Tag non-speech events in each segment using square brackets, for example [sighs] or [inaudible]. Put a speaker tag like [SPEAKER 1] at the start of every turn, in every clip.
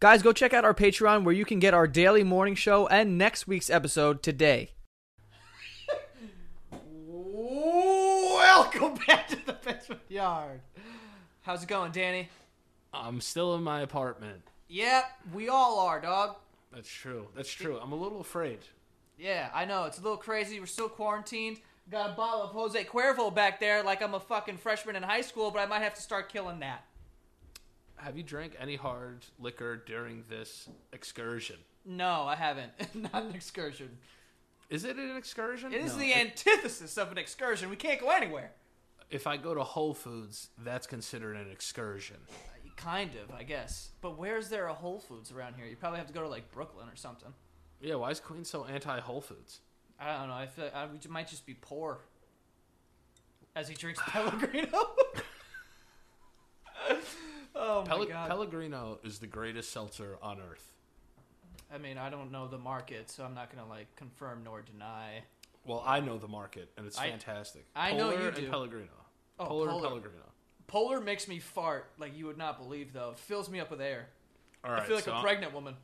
[SPEAKER 1] Guys, go check out our Patreon where you can get our daily morning show and next week's episode today.
[SPEAKER 2] Welcome back to the Benjamin Yard. How's it going, Danny?
[SPEAKER 3] I'm still in my apartment.
[SPEAKER 2] Yep, we all are, dog.
[SPEAKER 3] That's true. That's true. I'm a little afraid.
[SPEAKER 2] Yeah, I know. It's a little crazy. We're still quarantined. Got a bottle of Jose Cuervo back there like I'm a fucking freshman in high school, but I might have to start killing that.
[SPEAKER 3] Have you drank any hard liquor during this excursion?
[SPEAKER 2] No, I haven't. [laughs] Not an excursion.
[SPEAKER 3] Is it an excursion?
[SPEAKER 2] It is
[SPEAKER 3] No.
[SPEAKER 2] the antithesis of an excursion. We can't go anywhere.
[SPEAKER 3] If I go to Whole Foods, that's considered an excursion.
[SPEAKER 2] Kind of, I guess. But where's there a Whole Foods around here? You probably have to go to like Brooklyn or something.
[SPEAKER 3] Yeah, why is Queen so anti Whole Foods?
[SPEAKER 2] I don't know. I feel like I, we j- might just be poor. As he
[SPEAKER 3] [laughs]
[SPEAKER 2] drinks Pellegrino. [laughs] oh my
[SPEAKER 3] Pelle-
[SPEAKER 2] god.
[SPEAKER 3] Pellegrino is the greatest seltzer on earth.
[SPEAKER 2] I mean, I don't know the market, so I'm not gonna like confirm nor deny.
[SPEAKER 3] Well, I know the market, and it's
[SPEAKER 2] I-
[SPEAKER 3] fantastic.
[SPEAKER 2] I know
[SPEAKER 3] Polar
[SPEAKER 2] you
[SPEAKER 3] and
[SPEAKER 2] do.
[SPEAKER 3] Pellegrino.
[SPEAKER 2] Oh,
[SPEAKER 3] Polar, and
[SPEAKER 2] Polar.
[SPEAKER 3] Pellegrino.
[SPEAKER 2] Polar makes me fart like you would not believe, though. It fills me up with air.
[SPEAKER 3] All right,
[SPEAKER 2] I feel like
[SPEAKER 3] so
[SPEAKER 2] a
[SPEAKER 3] I'm-
[SPEAKER 2] pregnant woman.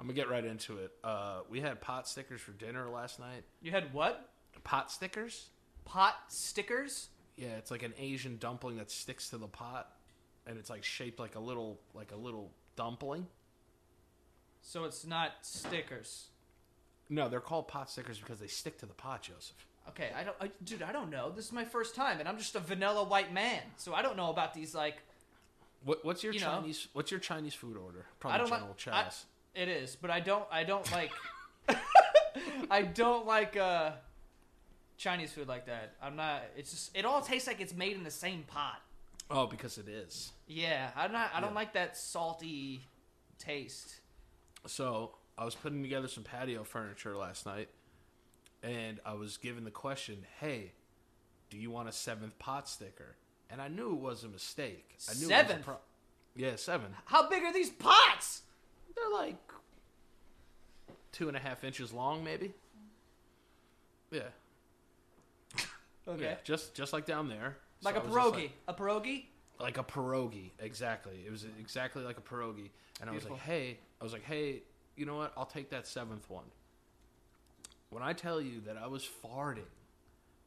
[SPEAKER 3] I'm gonna get right into it. Uh, we had pot stickers for dinner last night.
[SPEAKER 2] You had what?
[SPEAKER 3] Pot stickers?
[SPEAKER 2] Pot stickers?
[SPEAKER 3] Yeah, it's like an Asian dumpling that sticks to the pot, and it's like shaped like a little like a little dumpling.
[SPEAKER 2] So it's not stickers.
[SPEAKER 3] No, they're called pot stickers because they stick to the pot, Joseph.
[SPEAKER 2] Okay, I don't, I, dude. I don't know. This is my first time, and I'm just a vanilla white man, so I don't know about these. Like,
[SPEAKER 3] What, what's your
[SPEAKER 2] You know.
[SPEAKER 3] Chinese? What's your Chinese food order? Probably
[SPEAKER 2] I don't
[SPEAKER 3] General
[SPEAKER 2] like. I,
[SPEAKER 3] Chow's.
[SPEAKER 2] it is, but I don't. I don't
[SPEAKER 3] [laughs]
[SPEAKER 2] like. I don't like uh, Chinese food like that. I'm not. It's just. It all tastes like it's made in the same pot.
[SPEAKER 3] Oh, because it is.
[SPEAKER 2] Yeah, I'm not. I don't
[SPEAKER 3] Yeah.
[SPEAKER 2] like that salty taste.
[SPEAKER 3] So I was putting together some patio furniture last night, and I was given the question, "Hey, do you want a seventh pot sticker?" And I knew it was a mistake. I knew It was
[SPEAKER 2] Seventh?
[SPEAKER 3] a pro- yeah, seven.
[SPEAKER 2] How big are these pots?
[SPEAKER 3] They're like two and a half inches long, maybe. Yeah,
[SPEAKER 2] Okay.
[SPEAKER 3] yeah, just just like down there,
[SPEAKER 2] Like
[SPEAKER 3] So
[SPEAKER 2] a
[SPEAKER 3] I was just
[SPEAKER 2] pierogi. a pierogi.
[SPEAKER 3] like, like a pierogi, exactly. It was exactly like a pierogi, and I was
[SPEAKER 2] Beautiful.
[SPEAKER 3] like, "Hey," I was like, "Hey, you know what? I'll take that seventh one." When I tell you that I was farting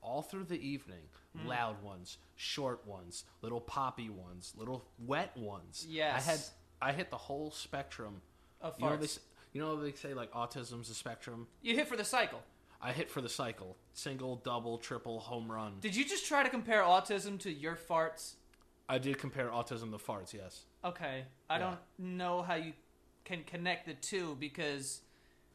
[SPEAKER 3] all through the evening,
[SPEAKER 2] Hmm.
[SPEAKER 3] loud ones, short ones, little poppy ones, little wet ones. I had
[SPEAKER 2] Yes.
[SPEAKER 3] I hit the whole spectrum
[SPEAKER 2] Of
[SPEAKER 3] You know, they,
[SPEAKER 2] farts.
[SPEAKER 3] s- you know they say like autism's a spectrum.
[SPEAKER 2] You hit for the cycle.
[SPEAKER 3] I hit for the cycle: single, double, triple, home run.
[SPEAKER 2] Did you just try to compare autism to your farts?
[SPEAKER 3] I did compare autism to farts. Yes,
[SPEAKER 2] Okay. I
[SPEAKER 3] Yeah.
[SPEAKER 2] don't know how you can connect the two because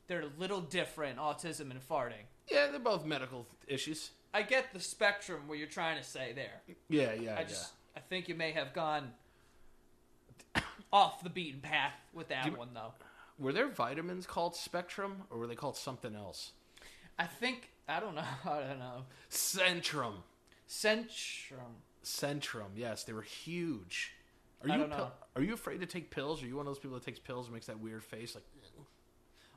[SPEAKER 2] they're a little different, autism and farting.
[SPEAKER 3] yeah, they're both medical issues.
[SPEAKER 2] I get the spectrum what you're trying to say there.
[SPEAKER 3] Yeah, yeah,
[SPEAKER 2] I just I think you may have gone [coughs] off the beaten path with that one though.
[SPEAKER 3] yeah. Were there vitamins called Spectrum, or were they called something else?
[SPEAKER 2] I think I don't know. [laughs] I don't know.
[SPEAKER 3] Centrum,
[SPEAKER 2] Centrum.
[SPEAKER 3] Centrum. Yes, they were huge. Are you
[SPEAKER 2] I
[SPEAKER 3] a
[SPEAKER 2] don't
[SPEAKER 3] pill-
[SPEAKER 2] know.
[SPEAKER 3] are you afraid to take pills? Are you one of those people that takes pills and makes that weird face? Like,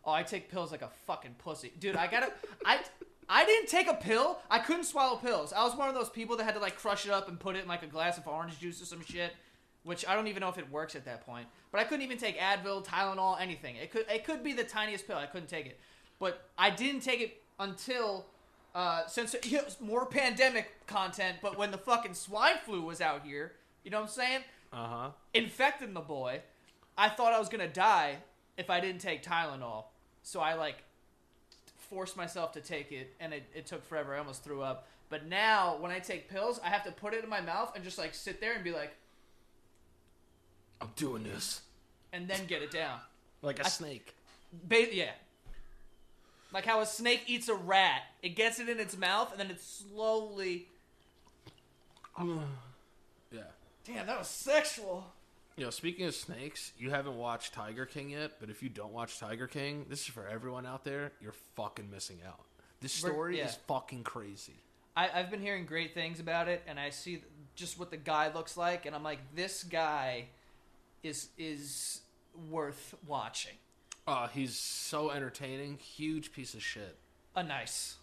[SPEAKER 2] Oh, I take pills like a fucking pussy, dude. I gotta. I I didn't take a pill. I couldn't swallow pills. I was one of those people that had to like crush it up and put it in like a glass of orange juice or some shit, which I don't even know if it works at that point. But I couldn't even take Advil, Tylenol, anything. It could it could be the tiniest pill. I couldn't take it, but I didn't take it until. Uh, since it [laughs] was more pandemic content, but when the fucking swine flu was out here, you know what I'm saying?
[SPEAKER 3] uh huh.
[SPEAKER 2] infecting the boy. I thought I was gonna die if I didn't take Tylenol, so I like forced myself to take it, and it, it took forever. I almost threw up. But now when I take pills, I have to put it in my mouth and just like sit there and be like,
[SPEAKER 3] I'm doing this
[SPEAKER 2] and then get it down.
[SPEAKER 3] like a snake.
[SPEAKER 2] Ba- yeah, like how a snake eats a rat. It gets it in its mouth, and then it slowly.
[SPEAKER 3] [sighs] Yeah.
[SPEAKER 2] Damn, that was sexual.
[SPEAKER 3] You know, speaking of snakes, you haven't watched Tiger King yet, but if you don't watch Tiger King, this is for everyone out there. You're fucking missing out. This
[SPEAKER 2] We're-
[SPEAKER 3] story
[SPEAKER 2] yeah.
[SPEAKER 3] is fucking crazy.
[SPEAKER 2] I, I've been hearing great things about it, and I see just what the guy looks like, and I'm like, this guy is is worth watching.
[SPEAKER 3] Uh, he's so entertaining, huge piece of shit.
[SPEAKER 2] A nice.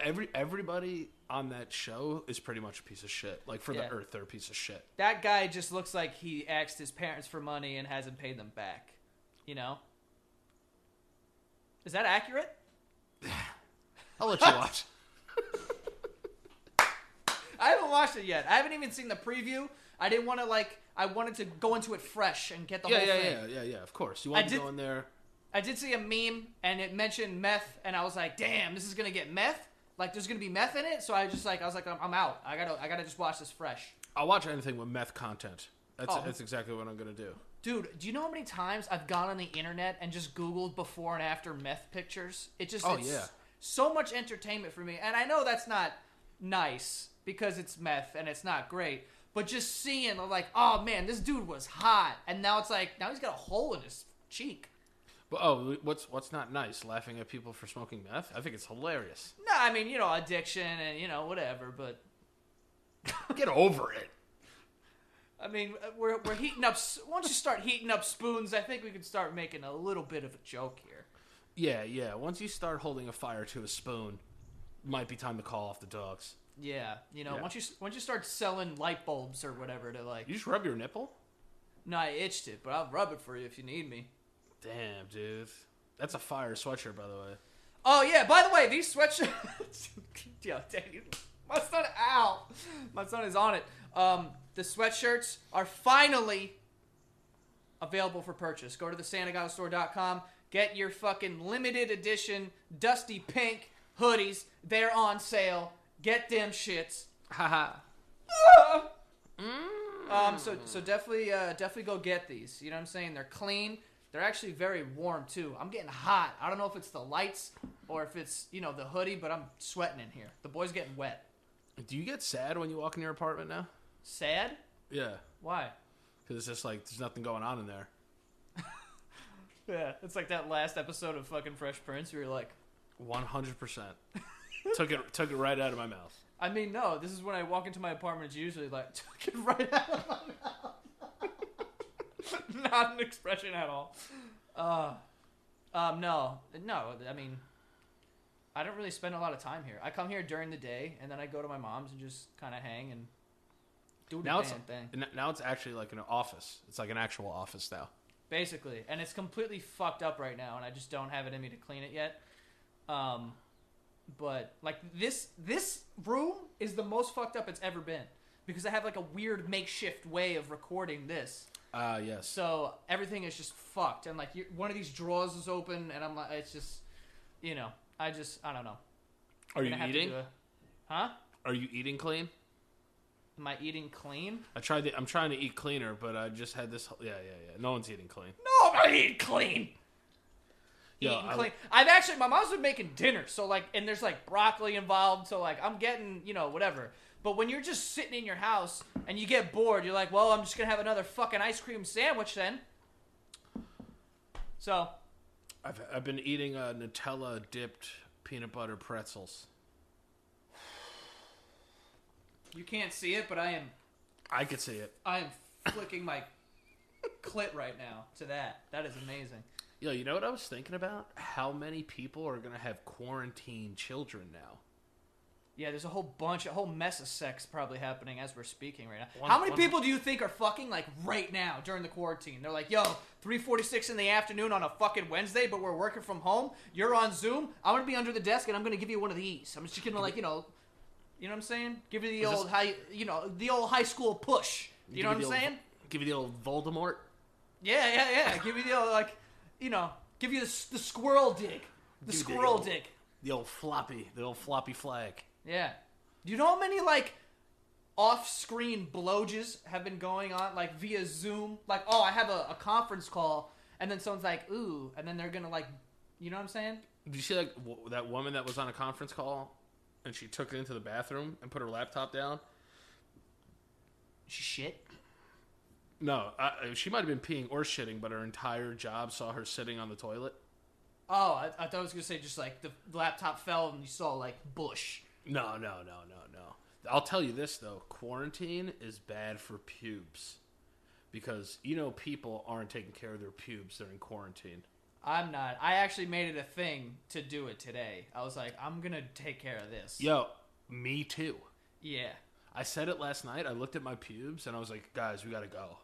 [SPEAKER 3] Every everybody on that show is pretty much a piece of shit. Like for
[SPEAKER 2] Yeah.
[SPEAKER 3] the Earth, they're a piece of shit.
[SPEAKER 2] That guy just looks like he asked his parents for money and hasn't paid them back. You know, is that accurate? [laughs]
[SPEAKER 3] I'll let you watch.
[SPEAKER 2] I haven't watched it yet. I haven't even seen the preview. I didn't want to like. I wanted to go into it fresh and get the
[SPEAKER 3] yeah,
[SPEAKER 2] whole
[SPEAKER 3] yeah,
[SPEAKER 2] thing.
[SPEAKER 3] yeah, yeah, yeah. Of course, you want to
[SPEAKER 2] did-
[SPEAKER 3] go in there.
[SPEAKER 2] I did see a meme and it mentioned meth, and I was like, "Damn, this is gonna get meth. Like, there's gonna be meth in it." So I just like, I was like, "I'm, I'm out. I gotta, I gotta just watch this fresh."
[SPEAKER 3] I'll watch anything with meth content. That's
[SPEAKER 2] Oh.
[SPEAKER 3] that's exactly what I'm gonna do.
[SPEAKER 2] Dude, do you know how many times I've gone on the internet and just Googled before and after meth pictures? It just
[SPEAKER 3] Oh,
[SPEAKER 2] it's
[SPEAKER 3] yeah.
[SPEAKER 2] so much entertainment for me. And I know that's not nice because it's meth and it's not great. But just seeing like, oh man, this dude was hot, and now it's like now he's got a hole in his cheek.
[SPEAKER 3] But oh, what's what's not nice? Laughing at people for smoking meth. I think it's hilarious.
[SPEAKER 2] No, I mean, you know, addiction and you know, whatever, but
[SPEAKER 3] Get over it.
[SPEAKER 2] I mean, uh, we're, we're heating up. s- Once you start heating up spoons, I think we can start making a little bit of a joke here.
[SPEAKER 3] Yeah, yeah. Once you start holding a fire to a spoon, might be time to call off the dogs.
[SPEAKER 2] Yeah, you know,
[SPEAKER 3] Yeah.
[SPEAKER 2] once you s- once you start selling light bulbs or whatever to like,
[SPEAKER 3] You just rub your nipple.
[SPEAKER 2] no, I itched it, but I'll rub it for you if you need me.
[SPEAKER 3] Damn, dude. That's a fire sweatshirt, by the way.
[SPEAKER 2] Oh yeah, by the way, these sweatshirts. [laughs] yeah, Danny, my son Al, my son is on it. Um, the sweatshirts are finally available for purchase. Go to the SantaGottStore.com. Get your fucking limited edition dusty pink hoodies. They're on sale. Get them shits.
[SPEAKER 3] Haha.
[SPEAKER 2] Um, so so definitely uh, definitely go get these. You know what I'm saying? They're clean. They're actually very warm too. I'm getting hot. I don't know if it's the lights or if it's you know the hoodie, but I'm sweating in here. The boy's getting wet.
[SPEAKER 3] Do you get sad when you walk in your apartment now?
[SPEAKER 2] Sad?
[SPEAKER 3] Yeah,
[SPEAKER 2] Why?
[SPEAKER 3] because it's just like there's nothing going on in there.
[SPEAKER 2] [laughs] Yeah, it's like that last episode of fucking Fresh Prince. Where you're like,
[SPEAKER 3] One hundred
[SPEAKER 2] [laughs]
[SPEAKER 3] percent. Took it took it right out of my mouth.
[SPEAKER 2] I mean, no. This is when I walk into my apartment. It's usually like [laughs] took it right out of my mouth. [laughs] Not an expression at all. Uh, um, no, no. I mean, I don't really spend a lot of time here. I come here during the day, and then I go to my mom's and just kind of hang and do the
[SPEAKER 3] Now it's
[SPEAKER 2] damn thing,
[SPEAKER 3] n- now it's actually like an office. It's like an actual office now.
[SPEAKER 2] basically. And it's completely fucked up right now, and I just don't have it in me to clean it yet. Um, but like this this room is the most fucked up it's ever been because I have like a weird makeshift way of recording this.
[SPEAKER 3] Ah, yes.
[SPEAKER 2] So everything is just fucked, and like you one of these drawers is open, and I'm like, it's just, you know, I just I don't know.
[SPEAKER 3] Are
[SPEAKER 2] I'm
[SPEAKER 3] you
[SPEAKER 2] gonna have to
[SPEAKER 3] eating?
[SPEAKER 2] do a- huh?
[SPEAKER 3] Are you eating clean?
[SPEAKER 2] Am I eating clean?
[SPEAKER 3] I tried. To, I'm trying to eat cleaner, but I just had this. Yeah, yeah, yeah. No one's eating clean.
[SPEAKER 2] No, I'm not eating clean.
[SPEAKER 3] Yeah,
[SPEAKER 2] eating
[SPEAKER 3] I-
[SPEAKER 2] clean. I've actually my mom's been making dinner, so like, and there's like broccoli involved, so like I'm getting you know whatever. But when you're just sitting in your house and you get bored, you're like, well, I'm just gonna have another fucking ice cream sandwich then. So
[SPEAKER 3] I've I've been eating uh, Nutella dipped peanut butter pretzels.
[SPEAKER 2] you can't see it, but I am
[SPEAKER 3] I could see it.
[SPEAKER 2] I am flicking my clit right now to that. That is amazing.
[SPEAKER 3] Yo, you know what I was thinking about? How many people are gonna have quarantine children now?
[SPEAKER 2] Yeah, there's a whole bunch, a whole mess of sex probably happening as we're speaking right now.
[SPEAKER 3] One-
[SPEAKER 2] How many
[SPEAKER 3] one-
[SPEAKER 2] people do you think are fucking like right now during the quarantine? They're like, "Yo, 3:46 in the afternoon on a fucking Wednesday, but we're working from home. You're on Zoom. I'm gonna be under the desk and I'm gonna give you one of these. I'm just gonna like, you know, you know what I'm saying? Give you the
[SPEAKER 3] Is this-
[SPEAKER 2] old high, you know, the old high school push. You know what I'm
[SPEAKER 3] Give me the
[SPEAKER 2] saying?
[SPEAKER 3] old- Give you the old Voldemort.
[SPEAKER 2] Yeah, yeah, yeah. Give you the old, like, you know, give you the, s- the squirrel dig, the
[SPEAKER 3] Give you the
[SPEAKER 2] squirrel
[SPEAKER 3] old-
[SPEAKER 2] dig.
[SPEAKER 3] The old floppy. The old floppy flag.
[SPEAKER 2] Yeah. Do you know how many like off-screen bloges have been going on, like via Zoom? Like, oh, I have a, a conference call, and then someone's like, ooh, and then they're gonna like, you know what I'm saying?
[SPEAKER 3] Did you see like w- that woman that was on a conference call, and she took it into the bathroom and put her laptop down?
[SPEAKER 2] Shit.
[SPEAKER 3] No, I, I- she might have been peeing or shitting, but her entire job saw her sitting on the toilet.
[SPEAKER 2] Oh, I, I thought I was gonna say just like the laptop fell and you saw like bush.
[SPEAKER 3] No, no, no, no, no. I'll tell you this though, quarantine is bad for pubes because you know people aren't taking care of their pubes during quarantine.
[SPEAKER 2] I'm not. I actually made it a thing to do it today. I was like, I'm gonna take care of this.
[SPEAKER 3] Yo, me too.
[SPEAKER 2] Yeah.
[SPEAKER 3] I said it last night. I looked at my pubes and I was like, guys, we gotta go.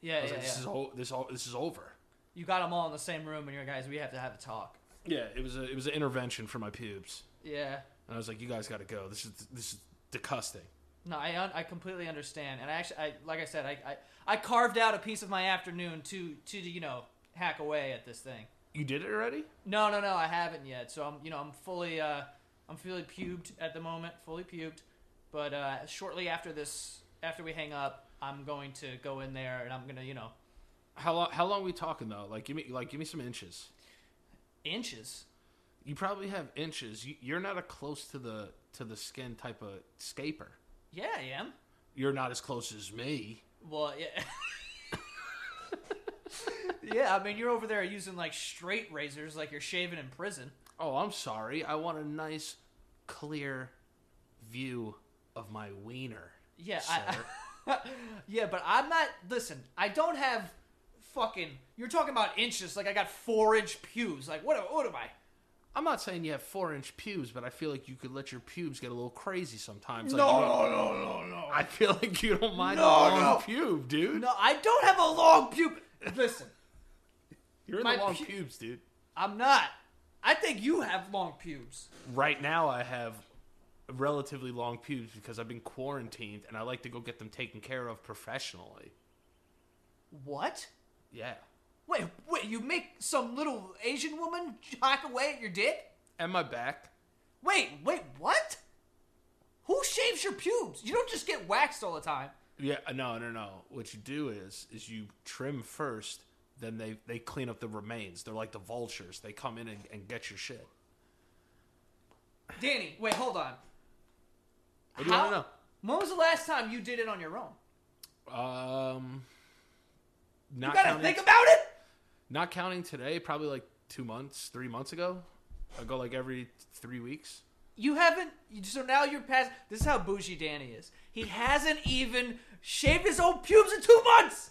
[SPEAKER 2] Yeah.
[SPEAKER 3] I was
[SPEAKER 2] yeah,
[SPEAKER 3] like,
[SPEAKER 2] yeah.
[SPEAKER 3] this is o- this o- this is over.
[SPEAKER 2] you got them all in the same room, and you're guys, we have to have a talk.
[SPEAKER 3] Yeah, it was a, it was an intervention for my pubes,
[SPEAKER 2] Yeah.
[SPEAKER 3] and I was like, "You guys got to go. This is this is disgusting."
[SPEAKER 2] No, I un- I completely understand, and I actually, I like I said, I, I I carved out a piece of my afternoon to to you know hack away at this thing.
[SPEAKER 3] You did it already?
[SPEAKER 2] No, no, no, I haven't yet. So I'm you know I'm fully uh I'm fully pubed at the moment, fully pubed. But uh, shortly after this, after we hang up, I'm going to go in there and I'm gonna you know
[SPEAKER 3] How long? How long we talking though? Like, give me like give me some inches.
[SPEAKER 2] inches.
[SPEAKER 3] You probably have inches. You, you're not a close to the to the skin type of scaper.
[SPEAKER 2] Yeah, I am.
[SPEAKER 3] You're not as close as me.
[SPEAKER 2] Well, yeah. [laughs] yeah, I mean you're over there using like straight razors, like you're shaving in prison.
[SPEAKER 3] Oh, I'm sorry. I want a nice, clear view of my wiener.
[SPEAKER 2] Yeah,
[SPEAKER 3] sir.
[SPEAKER 2] I, [laughs] yeah, but I'm not. Listen, I don't have fucking. You're talking about inches. Like I got four inch pews. Like what? What am I?
[SPEAKER 3] I'm not saying you have four inch pubes, but I feel like you could let your pubes get a little crazy sometimes. Like, you don't-
[SPEAKER 2] no, no, no.
[SPEAKER 3] I feel like you don't mind
[SPEAKER 2] No,
[SPEAKER 3] a long
[SPEAKER 2] no.
[SPEAKER 3] pube, dude.
[SPEAKER 2] No, I don't have a long pube. Listen,
[SPEAKER 3] You're in
[SPEAKER 2] My
[SPEAKER 3] the long
[SPEAKER 2] pu-
[SPEAKER 3] pubes, dude.
[SPEAKER 2] I'm not. I think you have long pubes.
[SPEAKER 3] Right now, I have relatively long pubes because I've been quarantined, and I like to go get them taken care of professionally.
[SPEAKER 2] What?
[SPEAKER 3] Yeah.
[SPEAKER 2] Wait, wait. You make some little Asian woman hack away at your dick?
[SPEAKER 3] And my back.
[SPEAKER 2] Wait, wait. What? Who shaves your pubes? You don't just get waxed all the time.
[SPEAKER 3] Yeah, uh, no, no, no. What you do is is you trim first, then they they clean up the remains. They're like the vultures. They come in and, and get your shit.
[SPEAKER 2] Danny, wait, hold on.
[SPEAKER 3] What do you
[SPEAKER 2] How-
[SPEAKER 3] want
[SPEAKER 2] When was the last time you did it on your own?
[SPEAKER 3] to know? Um,
[SPEAKER 2] You
[SPEAKER 3] not
[SPEAKER 2] gotta
[SPEAKER 3] counting,
[SPEAKER 2] think about it.
[SPEAKER 3] not counting today. Probably like two months, three months ago. I go like every three weeks.
[SPEAKER 2] You haven't. So now you're past. This is how bougie Danny is. He hasn't even shaved his own pubes in two months.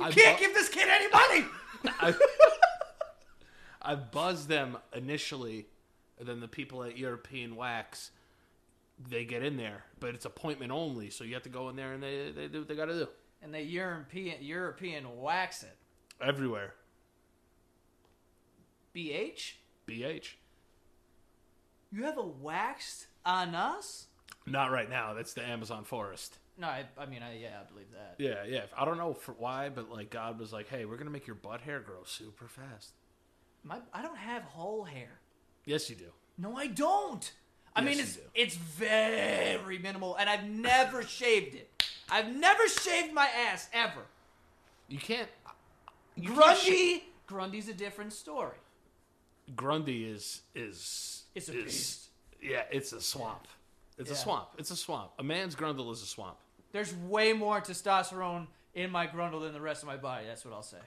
[SPEAKER 3] I
[SPEAKER 2] Can't
[SPEAKER 3] bu-
[SPEAKER 2] give this kid any money. [laughs]
[SPEAKER 3] I, I buzz them initially, and then the people at European Wax, they get in there, but it's appointment only, so you have to go in there and they they do what they got to do
[SPEAKER 2] And they European European wax it.
[SPEAKER 3] everywhere.
[SPEAKER 2] BH,
[SPEAKER 3] BH.
[SPEAKER 2] you have a waxed on us?
[SPEAKER 3] Not right now. That's the Amazon forest.
[SPEAKER 2] No, I, I mean, I, yeah, I believe that.
[SPEAKER 3] Yeah, yeah. I don't know for why, but like God was like, "Hey, we're gonna make your butt hair grow super fast."
[SPEAKER 2] My, I don't have whole hair.
[SPEAKER 3] Yes, you do.
[SPEAKER 2] No, I don't. I
[SPEAKER 3] Yes,
[SPEAKER 2] mean,
[SPEAKER 3] you
[SPEAKER 2] it's
[SPEAKER 3] do.
[SPEAKER 2] it's very minimal, and I've never [laughs] shaved it. I've never shaved my ass ever.
[SPEAKER 3] You can't. You can't sh-
[SPEAKER 2] Grundy, Grundy's a different story.
[SPEAKER 3] Grundy is is
[SPEAKER 2] It's a
[SPEAKER 3] is-
[SPEAKER 2] beast.
[SPEAKER 3] Yeah, it's a swamp. It's a
[SPEAKER 2] Yeah.
[SPEAKER 3] swamp. It's a swamp. A man's grundle is a swamp.
[SPEAKER 2] There's way more testosterone in my grundle than the rest of my body. That's what I'll say.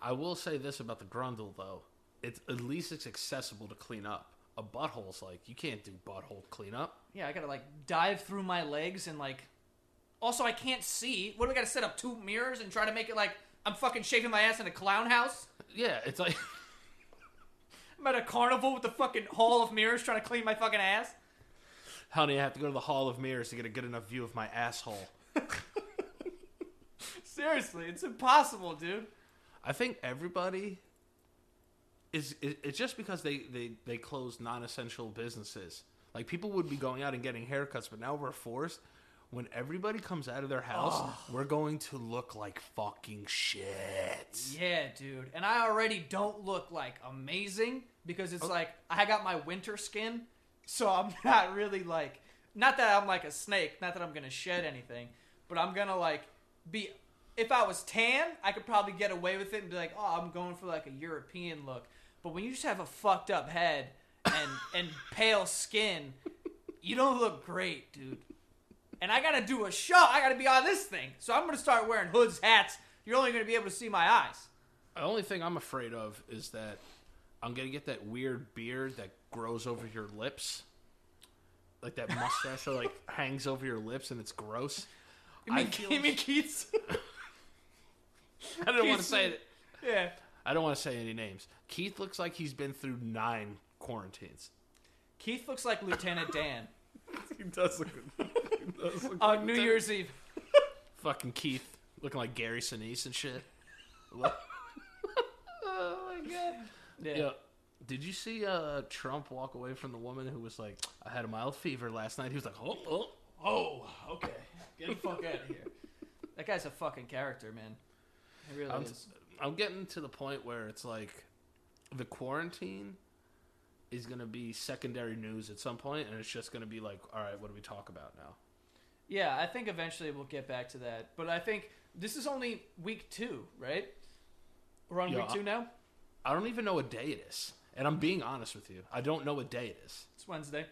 [SPEAKER 3] I will say this about the grundle though. It's at least it's accessible to clean up. A butthole's like you can't do butthole cleanup.
[SPEAKER 2] Yeah, I gotta like dive through my legs and like. Also, I can't see. What do we gotta set up two mirrors and try to make it like I'm fucking shaving my ass in a clown house?
[SPEAKER 3] Yeah, it's like [laughs]
[SPEAKER 2] I'm at a carnival with the fucking hall of mirrors trying to clean my fucking ass.
[SPEAKER 3] honey, I have to go to the Hall of Mirrors to get a good enough view of my asshole.
[SPEAKER 2] Seriously, it's impossible, dude.
[SPEAKER 3] I think everybody is it- it's just because they they they close non-essential businesses. Like people would be going out and getting haircuts, but now we're forced. When everybody comes out of their house, we're going to look like fucking shit.
[SPEAKER 2] Yeah, dude. And I already don't look like amazing because it's like I got my winter skin, so I'm [laughs] not really like not that I'm like a snake, not that I'm going to shed anything, but I'm going to like be if I was tan, I could probably get away with it and be like, "Oh, I'm going for like a European look." But when you just have a fucked up head and and pale skin, you don't look great, dude and I gotta do a show. I gotta be on this thing. So I'm gonna start wearing hoods, hats. You're only gonna be able to see my eyes.
[SPEAKER 3] The only thing I'm afraid of is that I'm gonna get that weird beard that grows over your lips, like that mustache that like hangs over your lips, and it's gross.
[SPEAKER 2] You mean,
[SPEAKER 3] [laughs] I feel-
[SPEAKER 2] you mean Keats?
[SPEAKER 3] I don't want to say it.
[SPEAKER 2] [laughs] yeah.
[SPEAKER 3] I don't want to say any names. Keith looks like he's been through nine quarantines.
[SPEAKER 2] Keith looks like Lieutenant Dan
[SPEAKER 3] [laughs] He does look. He does look
[SPEAKER 2] on New Year's Eve.
[SPEAKER 3] [laughs] fucking Keith looking like Gary Sinise and shit. oh my god.
[SPEAKER 2] Yeah.
[SPEAKER 3] Yeah. Did you see uh, Trump walk away from the woman who was like, "I had a mild fever last night"? He was like, "Oh, oh,
[SPEAKER 2] Oh, okay. Get the fuck out of here. That guy's a fucking character, man. He really
[SPEAKER 3] I'm,
[SPEAKER 2] is.
[SPEAKER 3] I'm getting to the point where it's like the quarantine is going to be secondary news at some point, and it's just going to be like, all right, what do we talk about now?
[SPEAKER 2] Yeah, I think eventually we'll get back to that. But I think this is only week two, right? We're on week
[SPEAKER 3] Yeah.
[SPEAKER 2] two now.
[SPEAKER 3] I don't even know what day it is, and I'm being honest with you. I don't know what day it is.
[SPEAKER 2] It's Wednesday.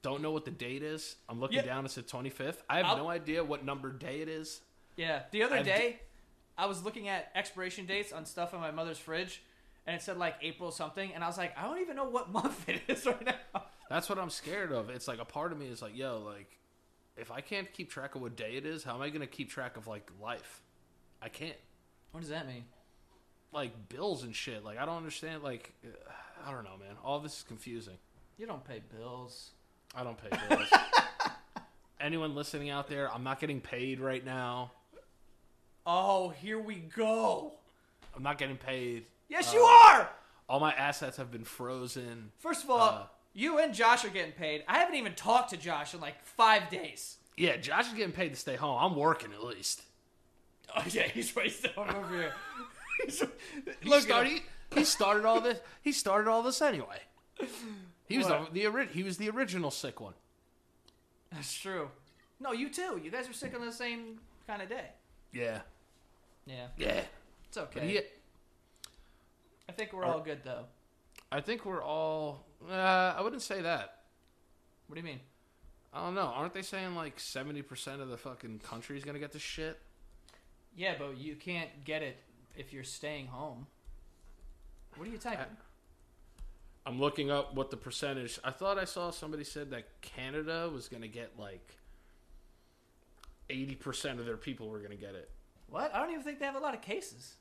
[SPEAKER 3] Don't know what the date is. I'm looking
[SPEAKER 2] Yeah.
[SPEAKER 3] down. It's the 25th. I have
[SPEAKER 2] I'll-
[SPEAKER 3] no idea what number day it is.
[SPEAKER 2] Yeah. The other
[SPEAKER 3] I've d-
[SPEAKER 2] day, I was looking at expiration dates on stuff in my mother's fridge, and it said like April something, and I was like, I don't even know what [laughs] month it is right now.
[SPEAKER 3] That's what I'm scared of. It's like a part of me is like, yo, like if I can't keep track of what day it is, how am I going to keep track of like life? I can't.
[SPEAKER 2] What does that mean?
[SPEAKER 3] Like bills and shit. Like I don't understand. Like uh, I don't know, man. All this is confusing.
[SPEAKER 2] You don't pay bills.
[SPEAKER 3] I don't pay bills. Anyone listening out there, I'm not getting paid right now.
[SPEAKER 2] Oh, here we go. Uh,
[SPEAKER 3] I'm not getting paid.
[SPEAKER 2] Yes, you are.
[SPEAKER 3] All my assets have been frozen.
[SPEAKER 2] First of all,
[SPEAKER 3] Uh,
[SPEAKER 2] you and Josh are getting paid. I haven't even talked to Josh in like five days.
[SPEAKER 3] Yeah, Josh is getting paid to stay home. I'm working at least.
[SPEAKER 2] Oh yeah, [laughs] he's right still over [laughs] here. He's-
[SPEAKER 3] He
[SPEAKER 2] look uh, at him.
[SPEAKER 3] started. He started all this. He started all this anyway. He was the,
[SPEAKER 2] What?
[SPEAKER 3] the ori- He was the original sick one.
[SPEAKER 2] That's true. No, you too. You guys are sick on the same kind of day.
[SPEAKER 3] Yeah,
[SPEAKER 2] Yeah,
[SPEAKER 3] yeah.
[SPEAKER 2] it's okay.
[SPEAKER 3] But he,
[SPEAKER 2] I think we're
[SPEAKER 3] Are-
[SPEAKER 2] all good though.
[SPEAKER 3] I think we're all. Uh, I wouldn't say that.
[SPEAKER 2] What do you mean?
[SPEAKER 3] I don't know. Aren't they saying like seventy percent of the fucking country is gonna get this shit?
[SPEAKER 2] Yeah, but you can't get it if you're staying home. What are you typing?
[SPEAKER 3] Uh, I'm looking up what the percentage. I thought I saw somebody said that Canada was gonna get like eighty percent of their people were gonna get it.
[SPEAKER 2] what? I don't even think they have a lot of cases.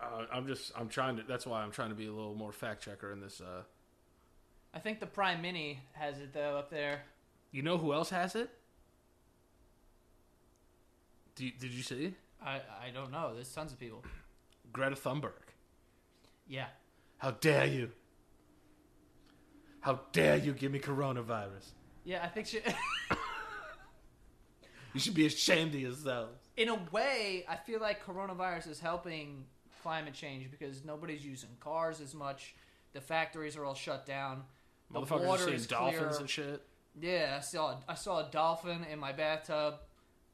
[SPEAKER 3] Uh, I'm just. I'm trying to. That's why I'm trying to be a little more fact checker in this. Uh,
[SPEAKER 2] I think the Prime Mini has it though up there.
[SPEAKER 3] You know who else has it? Do you, did you see
[SPEAKER 2] I I don't know. There's tons of people.
[SPEAKER 3] Greta Thunberg?
[SPEAKER 2] Yeah.
[SPEAKER 3] How dare you? How dare you give me coronavirus?
[SPEAKER 2] Yeah, I think she. [laughs]
[SPEAKER 3] You should be ashamed of yourselves.
[SPEAKER 2] in a way, I feel like coronavirus is helping climate change because nobody's using cars as much. The factories are all shut down. The
[SPEAKER 3] Motherfuckers are
[SPEAKER 2] water
[SPEAKER 3] seeing
[SPEAKER 2] is
[SPEAKER 3] dolphins
[SPEAKER 2] clear.
[SPEAKER 3] and shit.
[SPEAKER 2] Yeah, I saw I saw a dolphin in my bathtub.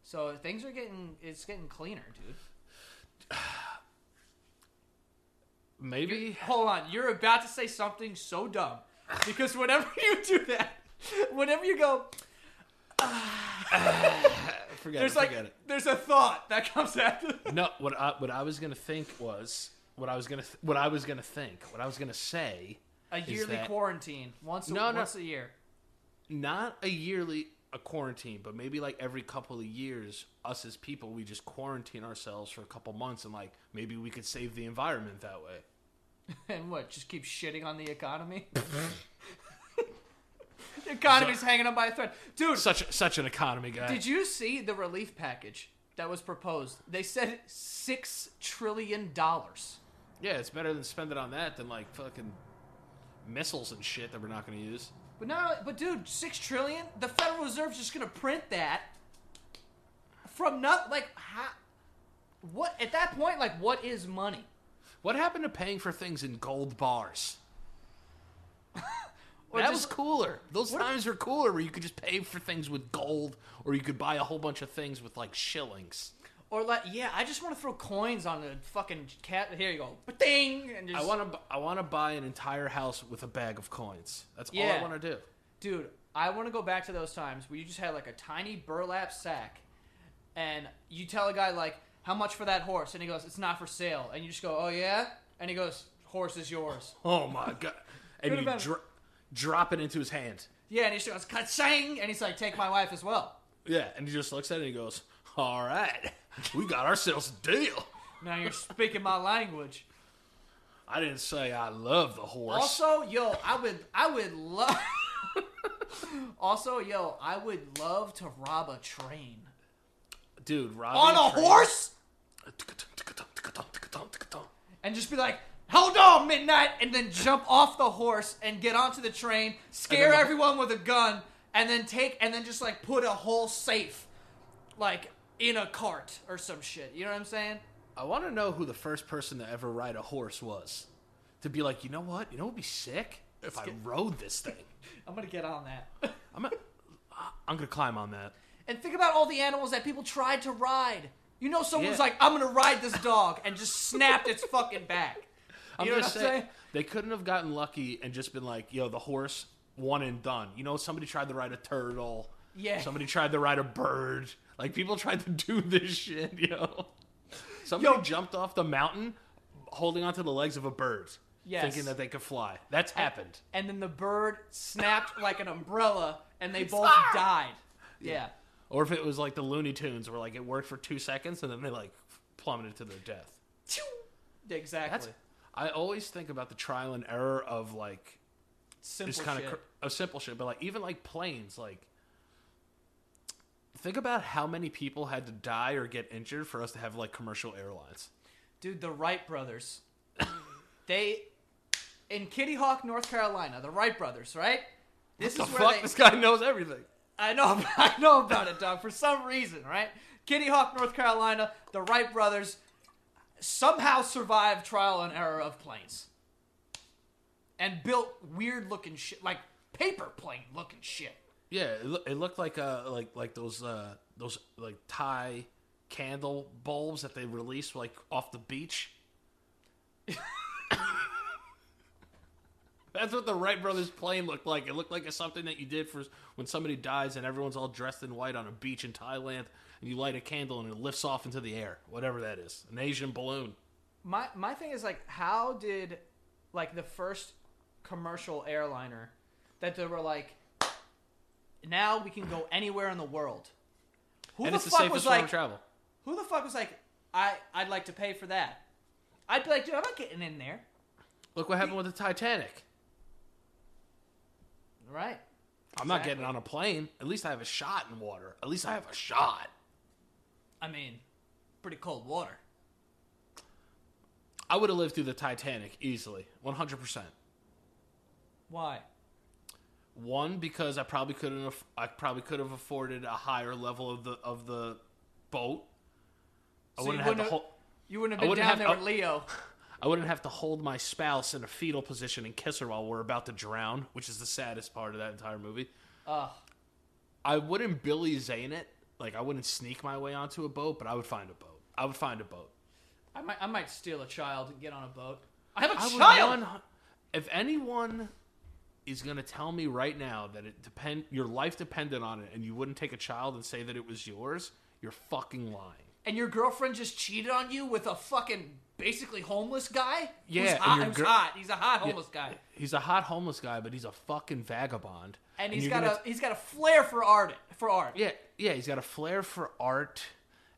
[SPEAKER 2] So things are getting it's getting cleaner, dude.
[SPEAKER 3] Maybe
[SPEAKER 2] Hold on, you're about to say something so dumb because whenever [laughs] you do that, whenever you go,
[SPEAKER 3] forget
[SPEAKER 2] there's
[SPEAKER 3] it.
[SPEAKER 2] like
[SPEAKER 3] forget it.
[SPEAKER 2] there's a thought that comes after.
[SPEAKER 3] No, what I what I was gonna think was what I was gonna th- what I was gonna think what I was gonna say.
[SPEAKER 2] A
[SPEAKER 3] Is
[SPEAKER 2] yearly
[SPEAKER 3] that-
[SPEAKER 2] quarantine once a,
[SPEAKER 3] No, no.
[SPEAKER 2] once a year. [laughs]
[SPEAKER 3] Not a yearly a quarantine, but maybe like every couple of years, us as people we just quarantine ourselves for a couple months and like maybe we could save the environment that way.
[SPEAKER 2] And what? Just keep shitting on the
[SPEAKER 3] [laughs]
[SPEAKER 2] economy. the economy's hanging on by a thread, dude.
[SPEAKER 3] Such such an economy guy.
[SPEAKER 2] Did you see the relief package that was proposed? They said six trillion dollars.
[SPEAKER 3] yeah, it's better than spend it on that than like fucking missiles and shit that we're not going to use.
[SPEAKER 2] But not, but dude, six trillion. The Federal Reserve's just gonna print that from not like how, what at that point like what is money?
[SPEAKER 3] What happened to paying for things in gold bars?
[SPEAKER 2] Or
[SPEAKER 3] that was
[SPEAKER 2] just-
[SPEAKER 3] cooler. Those
[SPEAKER 2] What if-
[SPEAKER 3] times were cooler where you could just pay for things with gold or you could buy a whole bunch of things with like shillings.
[SPEAKER 2] Or like yeah, I just want to throw coins on the fucking cat. Here you go, ding, and just
[SPEAKER 3] I want to I want to buy an entire house with a bag of coins. That's
[SPEAKER 2] Yeah.
[SPEAKER 3] all I want to do.
[SPEAKER 2] dude. I want to go back to those times where you just had like a tiny burlap sack, and you tell a guy like, "How much for that horse?" and he goes, "It's not for sale," and you just go, "Oh yeah," and he goes, "Horse is yours."
[SPEAKER 3] Oh my god. And
[SPEAKER 2] Good
[SPEAKER 3] you
[SPEAKER 2] about it.
[SPEAKER 3] dro- drop it into his hand.
[SPEAKER 2] Yeah, and he just goes, "Ka-ching!" and he's like, "Take my wife as well."
[SPEAKER 3] Yeah, and he just looks at it and he goes, "All right, we got ourselves a deal."
[SPEAKER 2] Now you're speaking my
[SPEAKER 3] [laughs]
[SPEAKER 2] language.
[SPEAKER 3] I didn't say I love the horse.
[SPEAKER 2] Also, yo, I would, I would love. [laughs] also, yo, I would love to rob a train
[SPEAKER 3] Dude, robbing
[SPEAKER 2] on a
[SPEAKER 3] train-
[SPEAKER 2] horse. and just be like, "Hold on, midnight," and then jump off the horse and get onto the train, scare
[SPEAKER 3] the-
[SPEAKER 2] everyone with a gun, and then take and then just like put a whole safe, like in a cart or some shit. You know what I'm saying?
[SPEAKER 3] I want to know who the first person to ever ride a horse was. To be like, you know what? You know what would be sick? If I rode this thing.
[SPEAKER 2] I'm gonna get on that. [laughs]
[SPEAKER 3] I'm gonna, I'm gonna climb on that.
[SPEAKER 2] and think about all the animals that people tried to ride. You know, someone's
[SPEAKER 3] Yeah.
[SPEAKER 2] like, "I'm gonna ride this dog," and just snapped its fucking back.
[SPEAKER 3] I'm
[SPEAKER 2] You know what I'm
[SPEAKER 3] just saying,
[SPEAKER 2] saying?
[SPEAKER 3] they couldn't have gotten lucky and just been like, yo, the horse, one and done. You know, somebody tried to ride a turtle.
[SPEAKER 2] Yeah.
[SPEAKER 3] Somebody tried to ride a bird. Like people [laughs] tried to do this shit, yo. Somebody
[SPEAKER 2] Yo.
[SPEAKER 3] jumped off the mountain, holding onto the legs of a bird,
[SPEAKER 2] Yes.
[SPEAKER 3] thinking that they could fly. That's happened.
[SPEAKER 2] and then the bird snapped like an umbrella, and they both died. Yeah.
[SPEAKER 3] Or if it was like the Looney Tunes, where like it worked for two seconds and then they like plummeted to their death. That's.
[SPEAKER 2] Exactly.
[SPEAKER 3] I always think about the trial and error of like
[SPEAKER 2] Simple
[SPEAKER 3] it's kind
[SPEAKER 2] shit.
[SPEAKER 3] of cr- of simple shit, but like even like planes, like think about how many people had to die or get injured for us to have like commercial airlines.
[SPEAKER 2] Dude, the Wright brothers. they in Kitty Hawk, North Carolina, the Wright brothers, right? This
[SPEAKER 3] The
[SPEAKER 2] is where
[SPEAKER 3] fuck,
[SPEAKER 2] they
[SPEAKER 3] this guy knows everything.
[SPEAKER 2] I know [laughs] I know about it, dog, for some reason, right? Kitty Hawk, North Carolina, the Wright brothers somehow survived trial and error of planes. And built weird looking shit like paper plane looking shit.
[SPEAKER 3] Yeah, it, loo- it looked like uh like like those uh those like Thai candle bulbs that they release like off the beach. [laughs] That's what the Wright brothers plane looked like. It looked like it's something that you did for when somebody dies and everyone's all dressed in white on a beach in Thailand, and you light a candle and it lifts off into the air, whatever that is, an Asian balloon.
[SPEAKER 2] my my thing is like how did like the first commercial airliner that they were like now we can go anywhere in the world who
[SPEAKER 3] and
[SPEAKER 2] the
[SPEAKER 3] it's the
[SPEAKER 2] fuck
[SPEAKER 3] safest
[SPEAKER 2] was
[SPEAKER 3] form
[SPEAKER 2] like
[SPEAKER 3] of travel.
[SPEAKER 2] who the fuck was like i i'd like to pay for that i'd be like dude i'm not getting in there
[SPEAKER 3] Look what happened with the Titanic.
[SPEAKER 2] right
[SPEAKER 3] I'm not getting on a plane. At least I have a shot in water. At least I have a shot.
[SPEAKER 2] i mean pretty cold water
[SPEAKER 3] I would have lived through the Titanic easily, 100%.
[SPEAKER 2] why
[SPEAKER 3] One because I probably couldn't aff- I probably could have afforded a higher level of the of the boat. I
[SPEAKER 2] So you
[SPEAKER 3] wouldn't have to
[SPEAKER 2] wouldn't have-
[SPEAKER 3] hol-
[SPEAKER 2] you wouldn't
[SPEAKER 3] I
[SPEAKER 2] have been
[SPEAKER 3] wouldn't
[SPEAKER 2] down
[SPEAKER 3] have-
[SPEAKER 2] there
[SPEAKER 3] I-
[SPEAKER 2] with leo
[SPEAKER 3] I wouldn't have to hold my spouse in a fetal position and kiss her while we're about to drown, which is the saddest part of that entire movie.
[SPEAKER 2] Ugh.
[SPEAKER 3] I wouldn't Billy Zane it. Like I wouldn't sneak my way onto a boat, but I would find a boat. I would find a boat.
[SPEAKER 2] i might i might steal a child and get on a boat i have a
[SPEAKER 3] I would
[SPEAKER 2] child
[SPEAKER 3] one- if anyone is going to tell me right now that it depend your life depended on it and you wouldn't take a child and say that it was yours, you're fucking lying.
[SPEAKER 2] and your girlfriend just cheated on you with a fucking basically homeless guy.
[SPEAKER 3] Yeah,
[SPEAKER 2] who's
[SPEAKER 3] and
[SPEAKER 2] hot,
[SPEAKER 3] your
[SPEAKER 2] who's
[SPEAKER 3] gir-
[SPEAKER 2] hot. He's a hot homeless guy,
[SPEAKER 3] He's a hot homeless guy, but he's a fucking vagabond.
[SPEAKER 2] and he's
[SPEAKER 3] you're
[SPEAKER 2] got
[SPEAKER 3] gonna-
[SPEAKER 2] a he's got a flair for art for art.
[SPEAKER 3] yeah, yeah, he's got a flair for art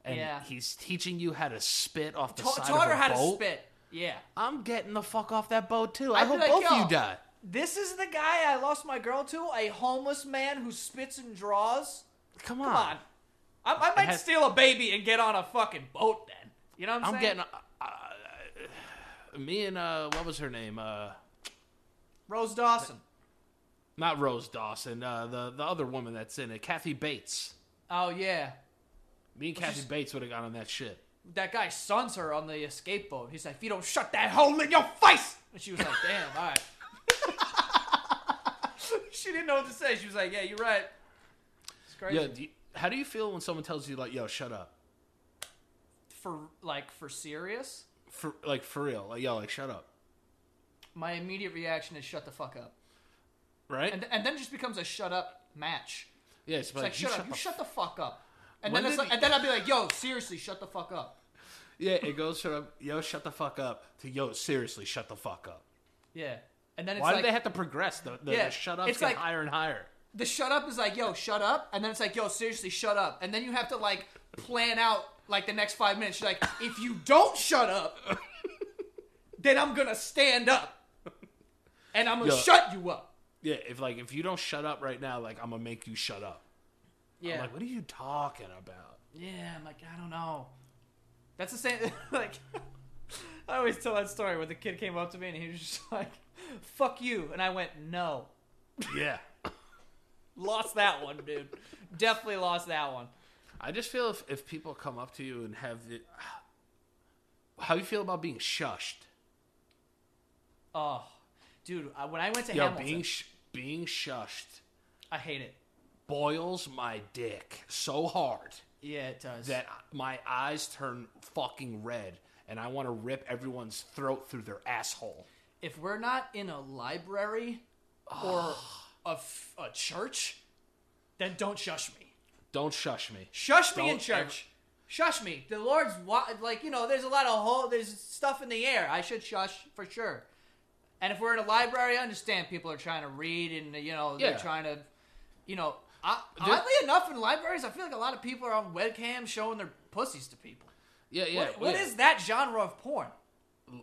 [SPEAKER 3] and
[SPEAKER 2] Yeah.
[SPEAKER 3] he's teaching you how to spit off the
[SPEAKER 2] Ta-
[SPEAKER 3] side
[SPEAKER 2] taught her
[SPEAKER 3] of a
[SPEAKER 2] how
[SPEAKER 3] boat.
[SPEAKER 2] to spit. Yeah,
[SPEAKER 3] I'm getting the fuck off that boat too. I
[SPEAKER 2] I'd be
[SPEAKER 3] hope
[SPEAKER 2] like,
[SPEAKER 3] both of
[SPEAKER 2] "Yo."
[SPEAKER 3] you die.
[SPEAKER 2] this is the guy I lost my girl to, a homeless man who spits and draws.
[SPEAKER 3] Come
[SPEAKER 2] Come on, I, I might
[SPEAKER 3] has-
[SPEAKER 2] steal a baby and get on a fucking boat then. You know what I'm,
[SPEAKER 3] I'm
[SPEAKER 2] saying?
[SPEAKER 3] getting uh, uh, me and uh what was her name? Uh
[SPEAKER 2] Rose Dawson.
[SPEAKER 3] not Rose Dawson, uh, the the other woman that's in it, Kathy Bates.
[SPEAKER 2] Oh yeah,
[SPEAKER 3] Me and Kathy
[SPEAKER 2] is-
[SPEAKER 3] Bates would have gone on that shit.
[SPEAKER 2] that guy sons her on the escape boat. He's like, if you don't shut that hole in your face. And she was like, damn, all right. [laughs] she didn't know what to say. She was like, yeah, you're right. It's crazy.
[SPEAKER 3] Yeah, do you- how do you feel when someone tells you like, "Yo, shut up,"
[SPEAKER 2] For, like, for serious,
[SPEAKER 3] for like for real, like yo, like shut up,
[SPEAKER 2] my immediate reaction is shut the fuck up.
[SPEAKER 3] right?
[SPEAKER 2] And, and then just becomes a shut up match.
[SPEAKER 3] yeah, it's
[SPEAKER 2] It's like, shut, up, you
[SPEAKER 3] the
[SPEAKER 2] shut the fuck up. And
[SPEAKER 3] When
[SPEAKER 2] then, it's like,
[SPEAKER 3] did he-
[SPEAKER 2] and then I'd be like, yo, seriously, shut the fuck up.
[SPEAKER 3] f- yeah, it goes from yo, shut the fuck up to yo, seriously, shut the fuck up.
[SPEAKER 2] Yeah. And then it's
[SPEAKER 3] Why
[SPEAKER 2] like,
[SPEAKER 3] do they have to progress? The, the,
[SPEAKER 2] Yeah,
[SPEAKER 3] the shut ups
[SPEAKER 2] it's
[SPEAKER 3] get
[SPEAKER 2] like-
[SPEAKER 3] higher and higher.
[SPEAKER 2] the shut up is like, yo, shut up, and then it's like, yo, seriously, shut up, and then you have to like plan out like the next five minutes. You're like, if you don't shut up, then I'm gonna stand up, and I'm gonna
[SPEAKER 3] Yeah.
[SPEAKER 2] shut you up.
[SPEAKER 3] Yeah, if like if you don't shut up right now, like I'm gonna make you shut up. I'm
[SPEAKER 2] Yeah,
[SPEAKER 3] like, what are you talking
[SPEAKER 2] [laughs]
[SPEAKER 3] about?
[SPEAKER 2] yeah. I'm like, I don't know. That's the same. like, I always tell that story where the kid came up to me and he was just [laughs] like, "Fuck you," and I went, "No."
[SPEAKER 3] Yeah.
[SPEAKER 2] Lost that one, dude. Definitely lost that one.
[SPEAKER 3] I just feel if, if people come up to you and have it, how you feel about being shushed?
[SPEAKER 2] Oh, dude, I, when I went to
[SPEAKER 3] Yeah,
[SPEAKER 2] Hamilton,
[SPEAKER 3] being sh- being shushed
[SPEAKER 2] I hate it.
[SPEAKER 3] boils my dick so hard
[SPEAKER 2] Yeah, it does.
[SPEAKER 3] that my eyes turn fucking red and I want to rip everyone's throat through their asshole.
[SPEAKER 2] if we're not in a library or a, f- a church, then don't shush me.
[SPEAKER 3] Don't shush me.
[SPEAKER 2] Shush me in
[SPEAKER 3] Don't ever-
[SPEAKER 2] church. Shush me. The Lord's wa- like you know. There's a lot of whole. There's stuff in the air. I should shush for sure. And if we're in a library, I understand people are trying to read and you know they're
[SPEAKER 3] Yeah.
[SPEAKER 2] trying to, you know. I,
[SPEAKER 3] There-
[SPEAKER 2] oddly enough, in libraries, I feel like a lot of people are on webcam showing their pussies to people.
[SPEAKER 3] Yeah, yeah.
[SPEAKER 2] What, what
[SPEAKER 3] yeah.
[SPEAKER 2] is that genre of porn?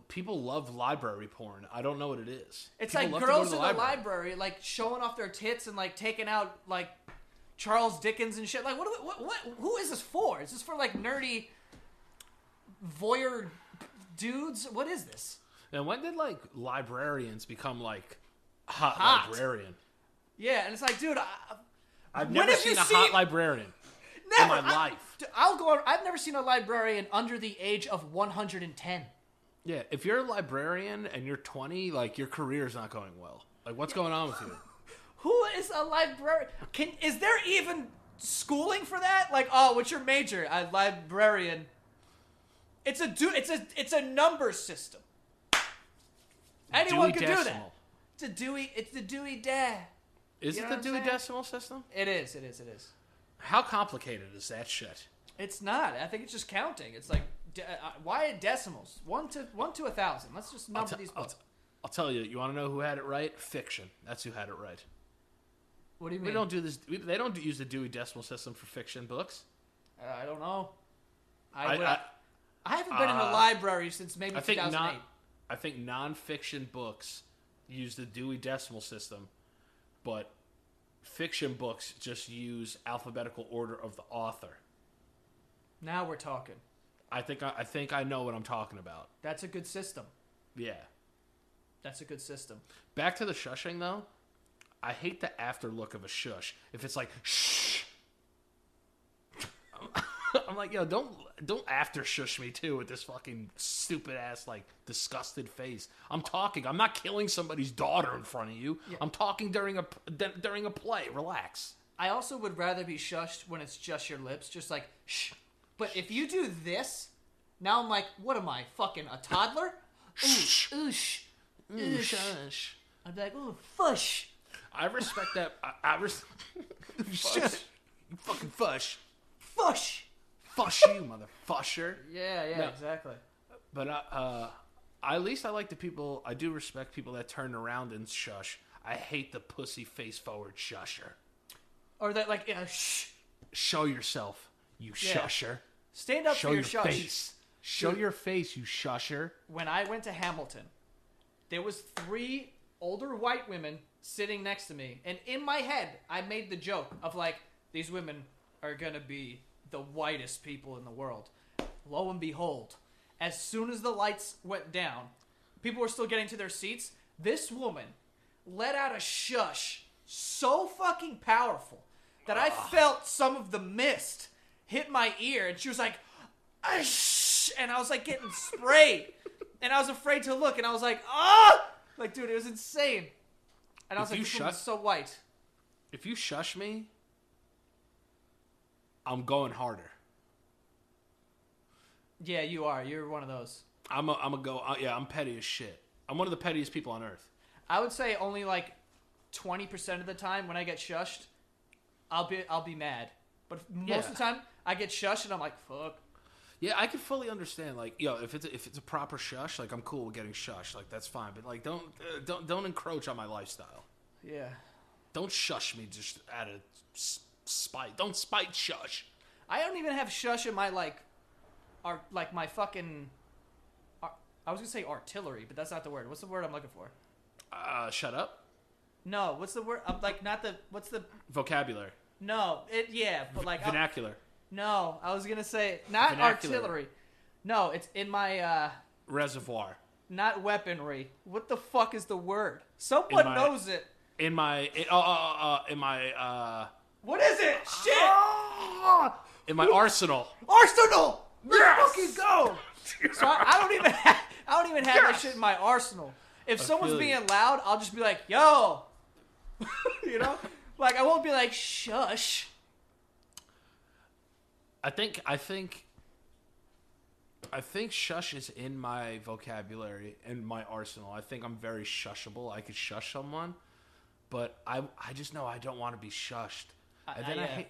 [SPEAKER 3] people love library porn. I don't know what it is.
[SPEAKER 2] It's
[SPEAKER 3] People
[SPEAKER 2] like
[SPEAKER 3] love to go
[SPEAKER 2] girls
[SPEAKER 3] to the
[SPEAKER 2] in the library. like showing off their tits and like taking out like Charles Dickens and shit. Like, what? do we- What? what who is this for? Is this for like nerdy voyeur dudes? What is this?
[SPEAKER 3] And when did like librarians become like hot,
[SPEAKER 2] Hot.
[SPEAKER 3] librarian?
[SPEAKER 2] Yeah, and it's like, dude, I,
[SPEAKER 3] I've
[SPEAKER 2] When
[SPEAKER 3] never
[SPEAKER 2] have
[SPEAKER 3] seen
[SPEAKER 2] you
[SPEAKER 3] a hot
[SPEAKER 2] seen-
[SPEAKER 3] librarian.
[SPEAKER 2] never
[SPEAKER 3] my
[SPEAKER 2] I-
[SPEAKER 3] life.
[SPEAKER 2] d- I'll go. On, I've never seen a librarian under the age of one hundred and ten.
[SPEAKER 3] Yeah, if you're a librarian and you're 20, like your career's not going well. Like what's going on with
[SPEAKER 2] [laughs]
[SPEAKER 3] you?
[SPEAKER 2] Who is a librarian? Can is there even schooling for that? Like, oh, what's your major? A librarian. It's a du- It's a it's a number system. Anyone
[SPEAKER 3] Dewey
[SPEAKER 2] could do that.
[SPEAKER 3] Decimal.
[SPEAKER 2] It's a Dewey. It's the Dewey Dare.
[SPEAKER 3] Is
[SPEAKER 2] You know
[SPEAKER 3] it
[SPEAKER 2] what
[SPEAKER 3] the
[SPEAKER 2] I'm
[SPEAKER 3] Dewey
[SPEAKER 2] saying?
[SPEAKER 3] Decimal System?
[SPEAKER 2] It is. It is. It is.
[SPEAKER 3] How complicated is that shit?
[SPEAKER 2] It's not. I think it's just counting. It's like de- uh, why decimals? One to one to a thousand. Let's just
[SPEAKER 3] I'll,
[SPEAKER 2] number
[SPEAKER 3] t-
[SPEAKER 2] these
[SPEAKER 3] I'll,
[SPEAKER 2] books.
[SPEAKER 3] t- I'll tell you. You want to know who had it right? Fiction. That's who had it right.
[SPEAKER 2] what do you mean?
[SPEAKER 3] We don't do this. We, they don't use the Dewey Decimal System for fiction books.
[SPEAKER 2] Uh, I don't know. I
[SPEAKER 3] I,
[SPEAKER 2] would-
[SPEAKER 3] I,
[SPEAKER 2] I haven't been in a
[SPEAKER 3] uh,
[SPEAKER 2] library since maybe
[SPEAKER 3] I think
[SPEAKER 2] 2008.
[SPEAKER 3] not. I think nonfiction books use the Dewey Decimal System, but fiction books just use alphabetical order of the author.
[SPEAKER 2] Now we're talking.
[SPEAKER 3] I think I, I think I know what I'm talking about.
[SPEAKER 2] That's a good system.
[SPEAKER 3] Yeah.
[SPEAKER 2] That's a good system.
[SPEAKER 3] Back to the shushing though. I hate the after look of a shush. If it's like shh, [laughs] I'm like yo, don't don't after shush me too with this fucking stupid ass like disgusted face. I'm talking. I'm not killing somebody's daughter in front of you. I'm talking during a during a play. Relax.
[SPEAKER 2] I also would rather be shushed when it's just your lips, just like shh. But if you do this, now I'm like, what am I, fucking a toddler?
[SPEAKER 3] Shh.
[SPEAKER 2] Ooh, oosh, oosh.
[SPEAKER 3] Shush.
[SPEAKER 2] I'd be like, ooh, fush.
[SPEAKER 3] I respect that. I, I res- fush. You fucking fush.
[SPEAKER 2] Fush.
[SPEAKER 3] Fush you, motherfusher.
[SPEAKER 2] Yeah, yeah,
[SPEAKER 3] No.
[SPEAKER 2] exactly.
[SPEAKER 3] But uh, uh, at least I like the people. I do respect people that turn around and shush. I hate the pussy face forward shusher.
[SPEAKER 2] Or that, like, yeah, shh.
[SPEAKER 3] Show yourself, you shusher.
[SPEAKER 2] Stand up
[SPEAKER 3] Show
[SPEAKER 2] for
[SPEAKER 3] your
[SPEAKER 2] your, shush.
[SPEAKER 3] face. Show your face, you shusher.
[SPEAKER 2] When I went to Hamilton, there was three older white women sitting next to me, and in my head, I made the joke of like, these women are gonna be the whitest people in the world. Lo and behold, as soon as the lights went down, people were still getting to their seats. This woman let out a shush so fucking powerful that I felt some of the mist hit my ear, and she was like, "Ush," and I was like getting sprayed, and I was afraid to look, and I was like, "Ah!" Like, dude, it was insane. And I was
[SPEAKER 3] If
[SPEAKER 2] like,
[SPEAKER 3] you
[SPEAKER 2] "This woman's
[SPEAKER 3] shut-
[SPEAKER 2] so white."
[SPEAKER 3] If you shush me, I'm going harder.
[SPEAKER 2] Yeah, you are. You're one of those.
[SPEAKER 3] I'm a, I'm a go. Uh, yeah, I'm petty as shit. I'm one of the pettiest people on earth.
[SPEAKER 2] I would say only like twenty percent of the time when I get shushed, I'll be I'll be mad. But most
[SPEAKER 3] Yeah.
[SPEAKER 2] of the time, I get shushed and I'm like, "Fuck."
[SPEAKER 3] Yeah, I can fully understand. Like, yo, if it's if it's a proper shush, like I'm cool with getting shushed. Like that's fine. But like, don't uh, don't don't encroach on my lifestyle.
[SPEAKER 2] Yeah.
[SPEAKER 3] Don't shush me just out of s- spite. Don't spite shush.
[SPEAKER 2] I don't even have shush in my like, our like my fucking. ar- I was gonna say artillery, but that's not the word. What's the word I'm looking for?
[SPEAKER 3] Uh, shut up.
[SPEAKER 2] No, what's the word? I'm like not the. What's the?
[SPEAKER 3] Vocabulary.
[SPEAKER 2] No, it yeah, but like I'm-
[SPEAKER 3] Vernacular.
[SPEAKER 2] no, I was gonna say not
[SPEAKER 3] Vernacular.
[SPEAKER 2] artillery. No, it's in my. uh
[SPEAKER 3] reservoir
[SPEAKER 2] Not weaponry. What the fuck is the word? Someone
[SPEAKER 3] my-
[SPEAKER 2] knows it.
[SPEAKER 3] in my in, uh, uh, uh, in my uh,
[SPEAKER 2] What is it? Shit!
[SPEAKER 3] Ah. in my arsenal.
[SPEAKER 2] Arsenal. Let's
[SPEAKER 3] Yes!
[SPEAKER 2] fucking go. So I, I don't even [laughs] have, I don't even have that shit in my arsenal. If someone's
[SPEAKER 3] feel you.
[SPEAKER 2] being loud, I'll just be like, "Yo," [laughs] you know, like I won't be like, "Shush."
[SPEAKER 3] I think I think I think shush is in my vocabulary and my arsenal. I think I'm very shushable. I could shush someone, but I I just know I don't want to be shushed. And
[SPEAKER 2] I-
[SPEAKER 3] then I,
[SPEAKER 2] Uh, yeah.
[SPEAKER 3] hate,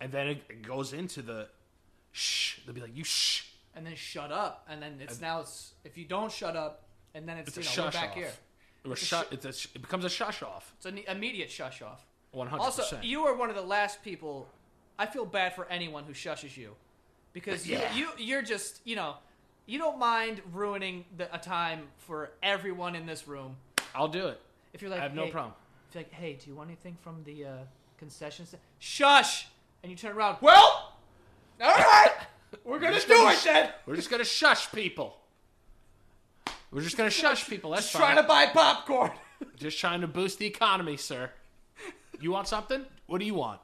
[SPEAKER 3] and then it goes into the shh. They'll be like you shh.
[SPEAKER 2] and then shut up, and then it's now it's if you don't shut up, and then it's,
[SPEAKER 3] It's a
[SPEAKER 2] you know we're
[SPEAKER 3] shush
[SPEAKER 2] back
[SPEAKER 3] off.
[SPEAKER 2] here.
[SPEAKER 3] Or
[SPEAKER 2] a
[SPEAKER 3] shu- it's a sh- it becomes a shush off.
[SPEAKER 2] It's an immediate shush off.
[SPEAKER 3] One hundred
[SPEAKER 2] Also,
[SPEAKER 3] percent.
[SPEAKER 2] you are one of the last people. I feel bad for anyone who shushes you, because
[SPEAKER 3] Yeah.
[SPEAKER 2] you, you you're just you know you don't mind ruining the, a time for everyone in this room.
[SPEAKER 3] I'll do it.
[SPEAKER 2] If you're like,
[SPEAKER 3] I have no
[SPEAKER 2] "Hey,"
[SPEAKER 3] problem.
[SPEAKER 2] If you're like, hey, do you want anything from the uh, concession stand? Shush! And you turn around. Well, all right, we're gonna
[SPEAKER 3] just
[SPEAKER 2] do
[SPEAKER 3] gonna
[SPEAKER 2] it
[SPEAKER 3] sh-
[SPEAKER 2] then.
[SPEAKER 3] We're just gonna shush people. We're just gonna shush people. That's
[SPEAKER 2] Just
[SPEAKER 3] fine.
[SPEAKER 2] trying to buy popcorn. [laughs]
[SPEAKER 3] Just trying to boost the economy, sir. You want something? What do you want?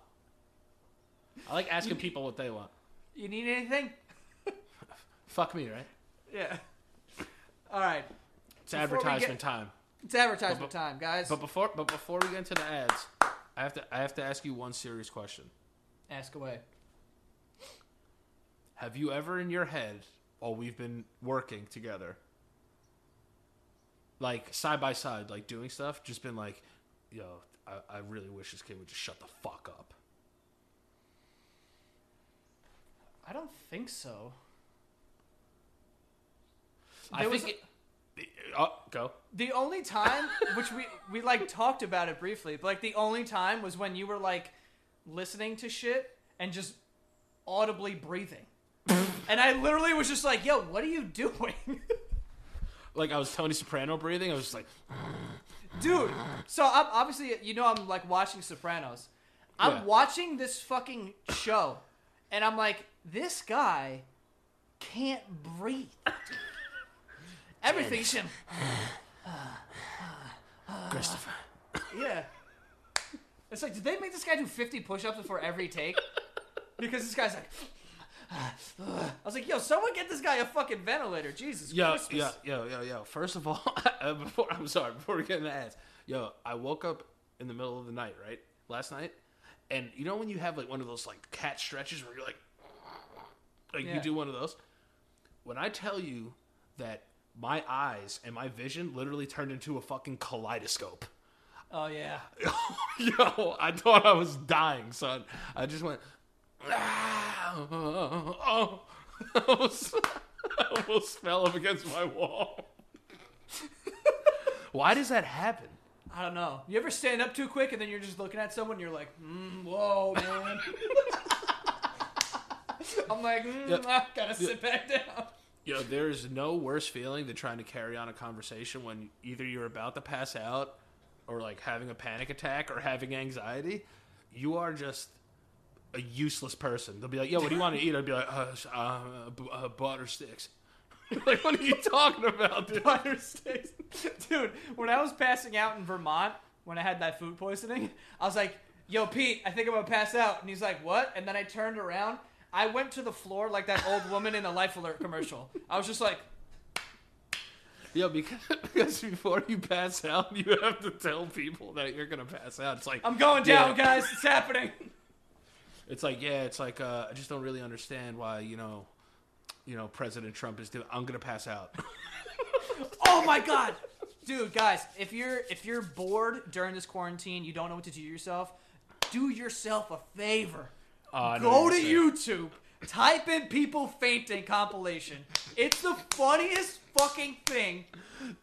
[SPEAKER 3] I like asking people what they want.
[SPEAKER 2] you need anything?
[SPEAKER 3] Fuck me, right?
[SPEAKER 2] Yeah. [laughs] All right.
[SPEAKER 3] It's
[SPEAKER 2] Before we
[SPEAKER 3] advertisement
[SPEAKER 2] get-
[SPEAKER 3] time.
[SPEAKER 2] It's advertisement time, guys.
[SPEAKER 3] But before but before we get into the ads, I have to I have to ask you one serious question.
[SPEAKER 2] Ask away.
[SPEAKER 3] Have you ever in your head while we've been working together like side by side, like doing stuff, just been like, yo, I, I really wish this kid would just shut the fuck up.
[SPEAKER 2] I don't think so.
[SPEAKER 3] I
[SPEAKER 2] There was
[SPEAKER 3] think it, oh, go.
[SPEAKER 2] The only time, which we we like talked about it briefly, but like the only time was when you were like listening to shit and just audibly breathing, [laughs] and I literally was just like, "Yo, what are you doing?" [laughs]
[SPEAKER 3] Like I was Tony Soprano breathing, I was just like
[SPEAKER 2] dude. So I'm obviously you know I'm like watching Sopranos. I'm
[SPEAKER 3] Yeah.
[SPEAKER 2] watching this fucking show, and I'm like, this guy can't breathe. Everything's him.
[SPEAKER 3] Christopher.
[SPEAKER 2] Yeah. It's like, did they make this guy do 50 push-ups before every take? Because this guy's like. [sighs] I was like, yo, someone get this guy a fucking ventilator. Jesus
[SPEAKER 3] Yo,
[SPEAKER 2] Christmas.
[SPEAKER 3] yo, yo, yo, yo. First of all, [laughs] uh, before I'm sorry, before we get in the ads, yo, I woke up in the middle of the night, right? Last night, and you know when you have like one of those like cat stretches where you're like, like
[SPEAKER 2] Yeah.
[SPEAKER 3] you do one of those. When I tell you that my eyes and my vision literally turned into a fucking kaleidoscope.
[SPEAKER 2] Oh, yeah.
[SPEAKER 3] [laughs] Yo, I thought I was dying, son. I just went. "Ah, oh, oh." [laughs] I, almost, I almost fell up against my wall. [laughs] Why does that happen?
[SPEAKER 2] I don't know. You ever stand up too quick and then you're just looking at someone and you're like, mm, whoa,
[SPEAKER 3] [laughs]
[SPEAKER 2] man. I'm like, mm,
[SPEAKER 3] Yep.
[SPEAKER 2] I gotta sit back [laughs] down.
[SPEAKER 3] Yo, there is no worse feeling than trying to carry on a conversation when either you're about to pass out, or like having a panic attack, or having anxiety. You are just a useless person. They'll be like, "Yo, what do you want to eat?" I'd be like, "Uh, s- uh, b- uh butter sticks." [laughs] like, what are you talking about, dude?
[SPEAKER 2] Butter sticks. Dude, when I was passing out in Vermont, when I had that food poisoning, I was like, yo, Pete, I think I'm gonna pass out. And he's like, what? And then I turned around. I went to the floor like that old woman in the Life Alert commercial. I was just like,
[SPEAKER 3] Yo, because, because before you pass out, you have to tell people that you're gonna pass out. It's like
[SPEAKER 2] I'm going down,
[SPEAKER 3] Yeah.
[SPEAKER 2] guys. It's happening.
[SPEAKER 3] It's like yeah, it's like uh, I just don't really understand why you know, you know, President Trump is doing. I'm gonna pass out.
[SPEAKER 2] Oh my god, dude, guys, if you're if you're bored during this quarantine, you don't know what to do yourself. Do yourself a favor.
[SPEAKER 3] Uh,
[SPEAKER 2] Go to YouTube. Type in people fainting compilation. It's the funniest fucking thing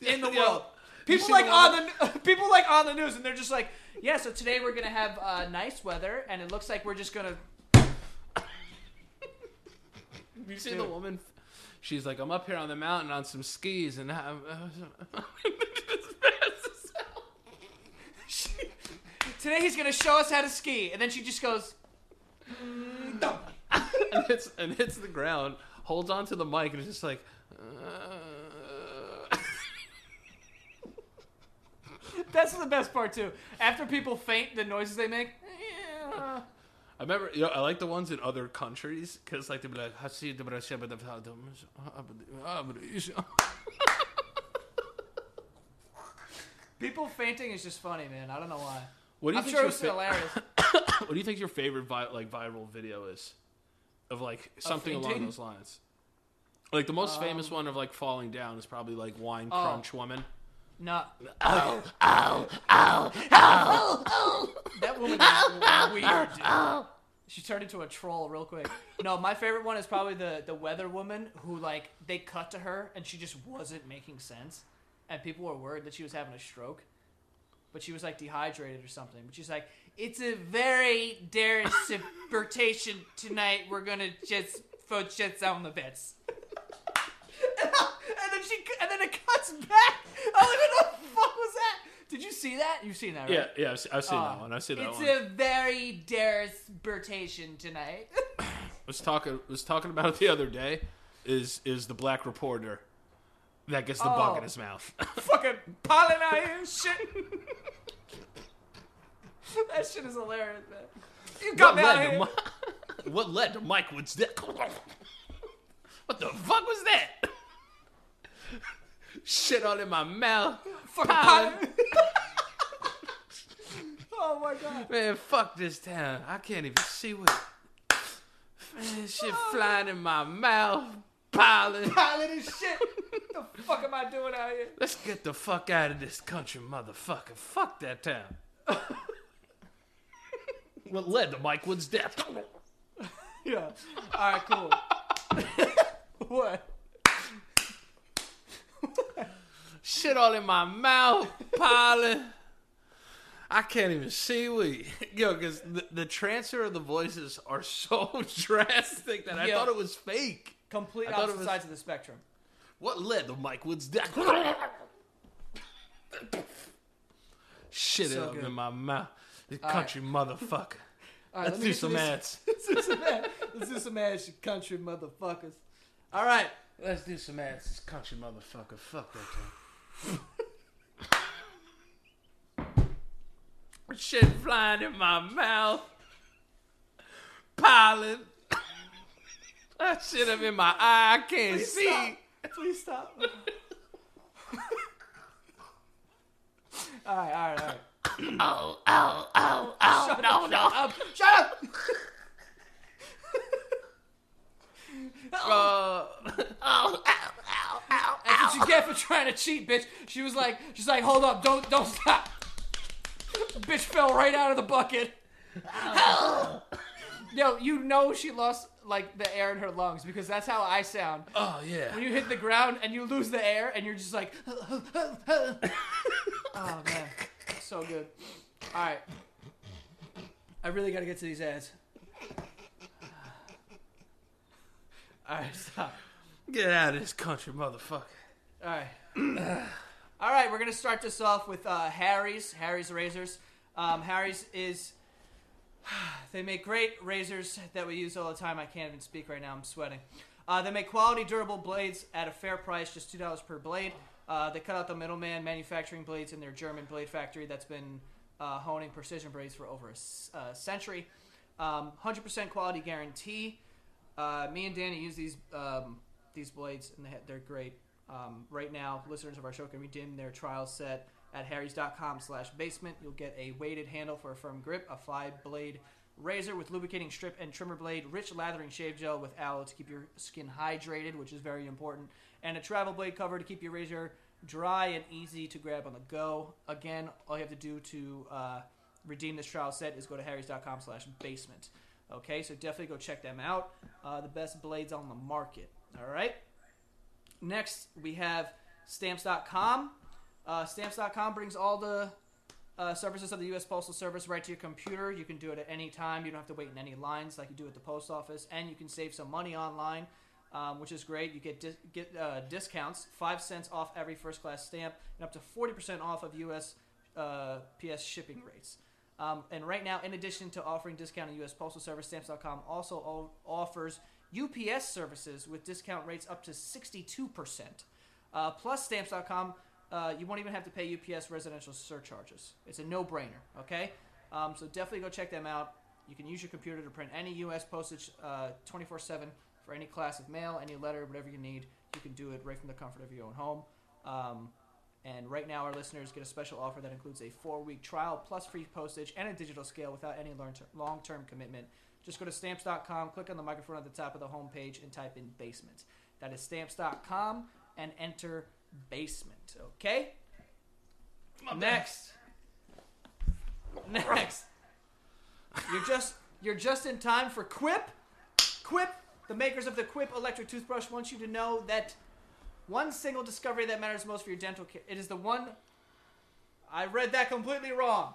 [SPEAKER 2] in the
[SPEAKER 3] [laughs] Yeah.
[SPEAKER 2] world.
[SPEAKER 3] You
[SPEAKER 2] People
[SPEAKER 3] see
[SPEAKER 2] like
[SPEAKER 3] the one-
[SPEAKER 2] on the [laughs] people like on the news, and they're just like, yeah. So today we're gonna have uh, nice weather, and it looks like we're just
[SPEAKER 3] [laughs]
[SPEAKER 2] gonna.
[SPEAKER 3] You see the woman? She's like, I'm up here on the mountain on some skis, and [laughs] I'm.
[SPEAKER 2] Today he's gonna show us how to ski, and then she just goes.
[SPEAKER 3] and hits and hits the ground, holds onto the mic, and is just like. "Uh."
[SPEAKER 2] That's the best part too. After people faint, the noises they make.
[SPEAKER 3] [laughs]
[SPEAKER 2] eh,
[SPEAKER 3] I remember, you know, I like the ones in other countries because, like, they'd be like, "Hasi de Brescia, but the [laughs] Fatums, ah, but the- ah, but the-"
[SPEAKER 2] People fainting is just funny, man. I don't know why.
[SPEAKER 3] What do you
[SPEAKER 2] I'm
[SPEAKER 3] think?
[SPEAKER 2] sure it
[SPEAKER 3] your
[SPEAKER 2] was
[SPEAKER 3] fa-
[SPEAKER 2] hilarious.
[SPEAKER 3] what do you think your favorite vi- like viral video is, of like something along
[SPEAKER 2] fainting? Um,
[SPEAKER 3] those lines? Like the most famous one of like falling down is probably like wine
[SPEAKER 2] Oh.
[SPEAKER 3] crunch woman.
[SPEAKER 2] No. Oh, oh, That woman is weird. dude. She turned into a troll real quick. No, my favorite one is probably the the weather woman who like they cut to her and she just wasn't making sense, and people were worried that she was having a stroke, but she was like dehydrated or something. But she's like, "It's a very dare subvertation tonight. We're gonna just focus on the bits." and then she and then it cuts back. I was like, what the fuck was that? Did you see that? You've seen that, right?
[SPEAKER 3] Yeah, yeah, I've, se- I've seen
[SPEAKER 2] Uh,
[SPEAKER 3] that one. I've seen that
[SPEAKER 2] it's
[SPEAKER 3] one.
[SPEAKER 2] a very derisibertation tonight. [laughs]
[SPEAKER 3] was talking was talking about it the other day. Is is the black reporter that gets the bug
[SPEAKER 2] Oh.
[SPEAKER 3] in his mouth?
[SPEAKER 2] Fucking pollinizing shit. [laughs] that shit is hilarious, man. You [laughs] got
[SPEAKER 3] [laughs]
[SPEAKER 2] me
[SPEAKER 3] what,
[SPEAKER 2] out of
[SPEAKER 3] led
[SPEAKER 2] here.
[SPEAKER 3] to
[SPEAKER 2] [laughs]
[SPEAKER 3] Mi- what led to Mike Woods' death? [laughs] what the fuck was that? [laughs] Shit all in my mouth.
[SPEAKER 2] Fucking
[SPEAKER 3] Pollen.
[SPEAKER 2] pollin- [laughs] oh my god.
[SPEAKER 3] Man, fuck this town. I can't even see what. Man, shit flying in my mouth.
[SPEAKER 2] [laughs]
[SPEAKER 3] Pollen.
[SPEAKER 2] Pollen and shit. the fuck am I doing out here?
[SPEAKER 3] Let's get the fuck out of this country, motherfucker. Fuck that
[SPEAKER 2] [laughs]
[SPEAKER 3] town. what led to Mike Wood's death?
[SPEAKER 2] Yeah. All right, cool. [laughs] what?
[SPEAKER 3] Shit all in my mouth, pollen. I can't even see we. [laughs] Yo, because the, the transfer of the voices are so [laughs] drastic that I
[SPEAKER 2] Yeah.
[SPEAKER 3] thought it was fake.
[SPEAKER 2] Complete
[SPEAKER 3] I thought it
[SPEAKER 2] opposite
[SPEAKER 3] was-
[SPEAKER 2] sides of the spectrum.
[SPEAKER 3] What led to Mike Wood's death? Shit
[SPEAKER 2] So
[SPEAKER 3] up
[SPEAKER 2] good.
[SPEAKER 3] in my mouth. You
[SPEAKER 2] All right.
[SPEAKER 3] country motherfucker.
[SPEAKER 2] All right, let me
[SPEAKER 3] Let's do
[SPEAKER 2] get to [laughs]
[SPEAKER 3] some
[SPEAKER 2] this-
[SPEAKER 3] ads.
[SPEAKER 2] Let's do some ads. Let's do some ads, you country motherfuckers. All right.
[SPEAKER 3] Let's do some ads. This country motherfucker. Fuck that guy. Shit flying in my mouth. Pollen. that shit up in my eye. I can't see.
[SPEAKER 2] Stop. Please stop. [laughs] all right, all right, all right.
[SPEAKER 3] Oh, oh, oh, oh. Shut no, no.
[SPEAKER 2] Um, shut up.
[SPEAKER 3] [laughs] Oh, oh, ow, ow, ow,
[SPEAKER 2] That's what you get for trying to cheat, bitch. She was like, she's like, hold up, don't, don't stop. bitch fell right out of the bucket.
[SPEAKER 3] Oh.
[SPEAKER 2] Yo, you know she lost like the air in her lungs because that's how I sound.
[SPEAKER 3] Oh, yeah.
[SPEAKER 2] When you hit the ground and you lose the air and you're just like, [laughs] oh man, so good. All right, I really got to get to these ads. [sighs] All right, stop.
[SPEAKER 3] Get out of this country, motherfucker.
[SPEAKER 2] All right. [clears throat] All right, we're going to start this off with uh, Harry's, Harry's Razors. Um, Harry's is. [sighs] They make great razors that we use all the time. I can't even speak right now. I'm sweating. Uh, they make quality, durable blades at a fair price, just $2 per blade. Uh, they cut out the middleman manufacturing blades in their German blade factory that's been uh, honing precision blades for over a s- uh, century. Um, 100% quality guarantee. Uh, me and Danny use these um, these blades, and they ha- they're great. Um, right now, listeners of our show can redeem their trial set at harrys.com slash basement. You'll get a weighted handle for a firm grip, a five-blade razor with lubricating strip and trimmer blade, rich lathering shave gel with aloe to keep your skin hydrated, which is very important, and a travel blade cover to keep your razor dry and easy to grab on the go. Again, all you have to do to uh, redeem this trial set is go to harrys.com slash basement. Okay, so definitely go check them out. Uh, the best blades on the market. All right. Next, we have stamps.com. Uh, stamps.com brings all the uh, services of the U.S. Postal Service right to your computer. You can do it at any time. You don't have to wait in any lines like you do at the post office, and you can save some money online, um, which is great. You get dis- get uh, discounts, five cents off every first class stamp, and up to forty percent off of U.S. Uh, PS shipping rates. Um, and right now, in addition to offering discount on U.S. Postal Service, Stamps.com also o- offers UPS services with discount rates up to 62%. Uh, plus, Stamps.com uh, you won't even have to pay UPS residential surcharges. It's a no-brainer. Okay, um, so definitely go check them out. You can use your computer to print any U.S. postage uh, 24/7 for any class of mail, any letter, whatever you need. You can do it right from the comfort of your own home. Um, and right now, our listeners get a special offer that includes a four-week trial plus free postage and a digital scale without any learn- long-term commitment. Just go to stamps.com, click on the microphone at the top of the homepage, and type in basement. That is stamps.com and enter basement. Okay? Next. Next. You're just you're just in time for Quip. Quip, the makers of the Quip electric toothbrush wants you to know that one single discovery that matters most for your dental care. It is the one I read that completely wrong.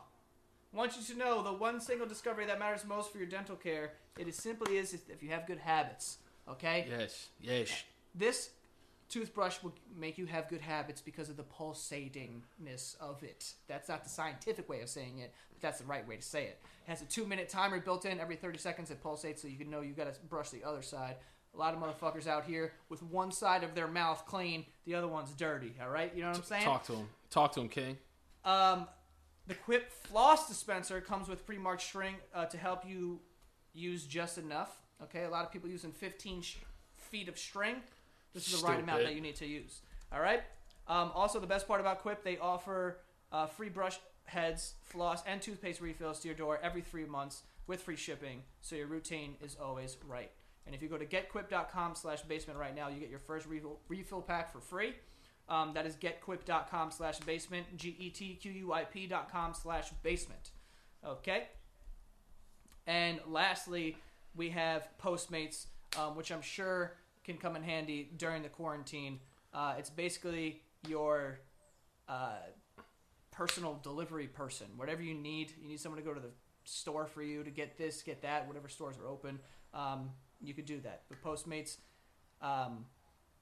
[SPEAKER 2] Want you to know the one single discovery that matters most for your dental care. It is simply is if you have good habits. Okay?
[SPEAKER 3] Yes, yes.
[SPEAKER 2] this toothbrush will make you have good habits because of the pulsatingness of it. That's not the scientific way of saying it, but that's the right way to say it. It has a two minute timer built in. Every 30 seconds it pulsates so you can know you got to brush the other side. A lot of motherfuckers out here with one side of their mouth clean, the other one's dirty. All right? You know what I'm saying?
[SPEAKER 3] Talk to him. Talk to him, King.
[SPEAKER 2] Um, the Quip floss dispenser comes with pre-marked string uh, to help you use just enough. Okay, a lot of people using 15 sh- feet of string. This is the right amount
[SPEAKER 3] Stupid.
[SPEAKER 2] that you need to use. All right. Um, also, the best part about Quip, they offer uh, free brush heads, floss, and toothpaste refills to your door every three months with free shipping, so your routine is always right. And if you go to getquip.com slash basement right now, you get your first refill, refill pack for free. Um, that is getquip.com slash basement, G E T Q U I P dot com slash basement. Okay? And lastly, we have Postmates, um, which I'm sure can come in handy during the quarantine. Uh, it's basically your uh, personal delivery person. Whatever you need, you need someone to go to the store for you to get this, get that, whatever stores are open, um, you could do that. But Postmates, um,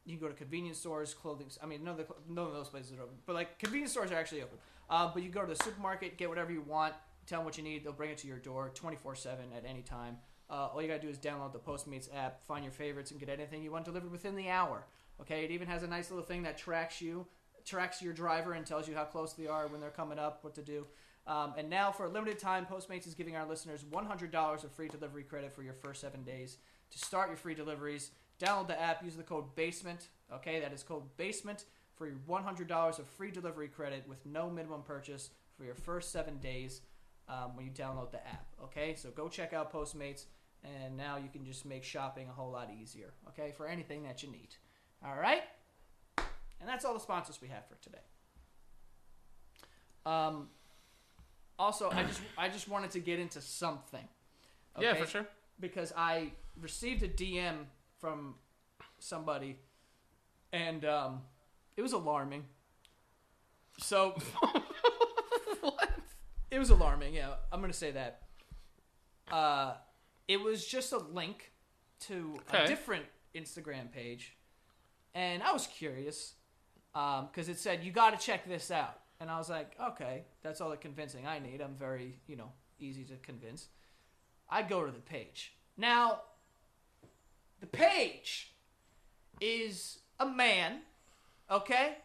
[SPEAKER 2] you can go to convenience stores, clothing. I mean, none of, the, cl- none of those places are open, but like convenience stores are actually open. Uh, but you go to the supermarket, get whatever you want, tell them what you need, they'll bring it to your door 24 7 at any time. Uh, all you gotta do is download the Postmates app, find your favorites, and get anything you want delivered within the hour. Okay, it even has a nice little thing that tracks you, tracks your driver, and tells you how close they are when they're coming up, what to do. Um, and now, for a limited time, Postmates is giving our listeners $100 of free delivery credit for your first seven days. To start your free deliveries, download the app, use the code BASEMENT. Okay, that is code BASEMENT for your $100 of free delivery credit with no minimum purchase for your first seven days um, when you download the app. Okay, so go check out Postmates, and now you can just make shopping a whole lot easier. Okay, for anything that you need. All right, and that's all the sponsors we have for today. Um, also, I just I just wanted to get into something.
[SPEAKER 3] Yeah,
[SPEAKER 2] okay?
[SPEAKER 3] for sure.
[SPEAKER 2] because I received a DM from somebody, and um, it was alarming. So, It was alarming. Yeah, I'm gonna say that. Uh, it was just a link to
[SPEAKER 3] Okay.
[SPEAKER 2] a different Instagram page, and I was curious because it said you got to check this out, and I was like, okay, that's all the convincing I need. I'm very, you know, easy to convince. I go to the page. Now, the page is a man, okay?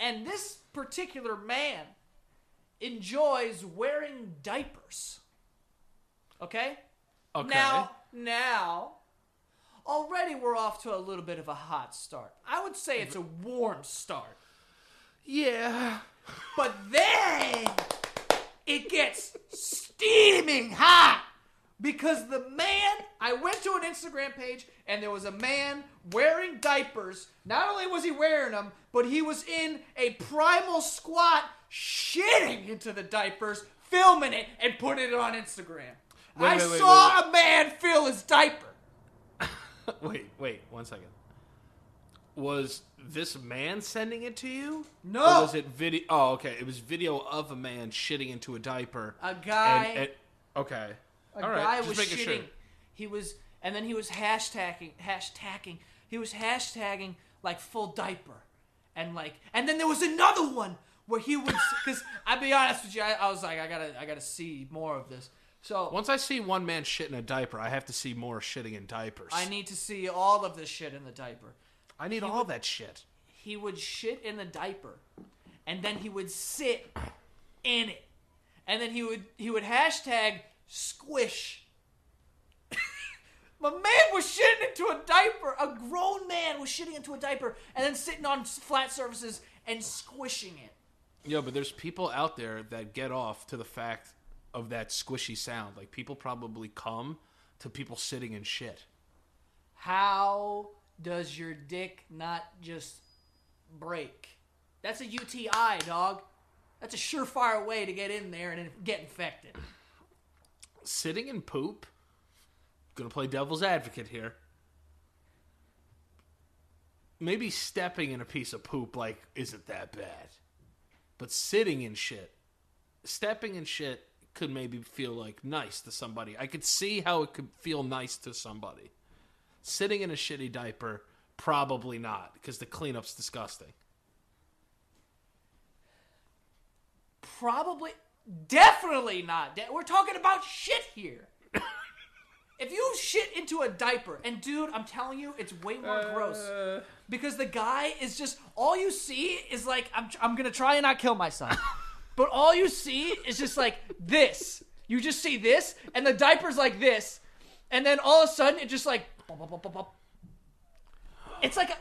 [SPEAKER 2] And this particular man enjoys wearing diapers. Okay?
[SPEAKER 3] Okay.
[SPEAKER 2] Now, now, already we're off to a little bit of a hot start. I would say it's a warm start.
[SPEAKER 3] yeah.
[SPEAKER 2] But then it gets steaming hot because the man, I went to an Instagram page and there was a man wearing diapers. Not only was he wearing them, but he was in a primal squat shitting into the diapers, filming it, and putting it on Instagram.
[SPEAKER 3] Wait,
[SPEAKER 2] I
[SPEAKER 3] wait, wait,
[SPEAKER 2] saw
[SPEAKER 3] wait,
[SPEAKER 2] a man fill his diaper.
[SPEAKER 3] Wait, wait, one second. Was this man sending it to you?
[SPEAKER 2] No.
[SPEAKER 3] Or was it video? Oh, okay. It was video of a man shitting into a diaper.
[SPEAKER 2] A guy.
[SPEAKER 3] And, and, okay.
[SPEAKER 2] A
[SPEAKER 3] All right.
[SPEAKER 2] guy
[SPEAKER 3] Just
[SPEAKER 2] was
[SPEAKER 3] making
[SPEAKER 2] shitting.
[SPEAKER 3] sure.
[SPEAKER 2] He was, and then he was hashtagging, hashtagging. He was hashtagging like full diaper, and like, and then there was another one where he was, because [laughs] I'll be honest with you, I, I was like, I gotta, I gotta see more of this. So
[SPEAKER 3] Once I see one man shitting a diaper, I have to see more shitting in diapers.
[SPEAKER 2] I need to see all of this shit in the diaper.
[SPEAKER 3] I need all that shit.
[SPEAKER 2] He would shit in the diaper, and then he would sit in it, and then he would he would hashtag squish. [laughs] My man was shitting into a diaper. A grown man was shitting into a diaper and then sitting on s- flat surfaces and squishing it.
[SPEAKER 3] Yeah, but there's people out there that get off to the fact of that squishy sound. Like people probably come to people sitting in shit.
[SPEAKER 2] How does your dick not just break? That's a UTI, dog. That's a surefire way to get in there and get infected.
[SPEAKER 3] Sitting in poop. Gonna play devil's advocate here. Maybe stepping in a piece of poop like isn't that bad, but sitting in shit, stepping in shit could maybe feel like nice to somebody. I could see how it could feel nice to somebody. Sitting in a shitty diaper, probably not, because the cleanup's disgusting.
[SPEAKER 2] Probably, definitely not. De- We're talking about shit here. if you shit into a diaper, and dude, I'm telling you, it's way more gross because the guy is just all you see is like, I'm I'm gonna try and not kill myself, but all you see is just like this. You just see this, and the diaper's like this, and then all of a sudden it just like, bop, bop, bop, bop, bop. it's like. A,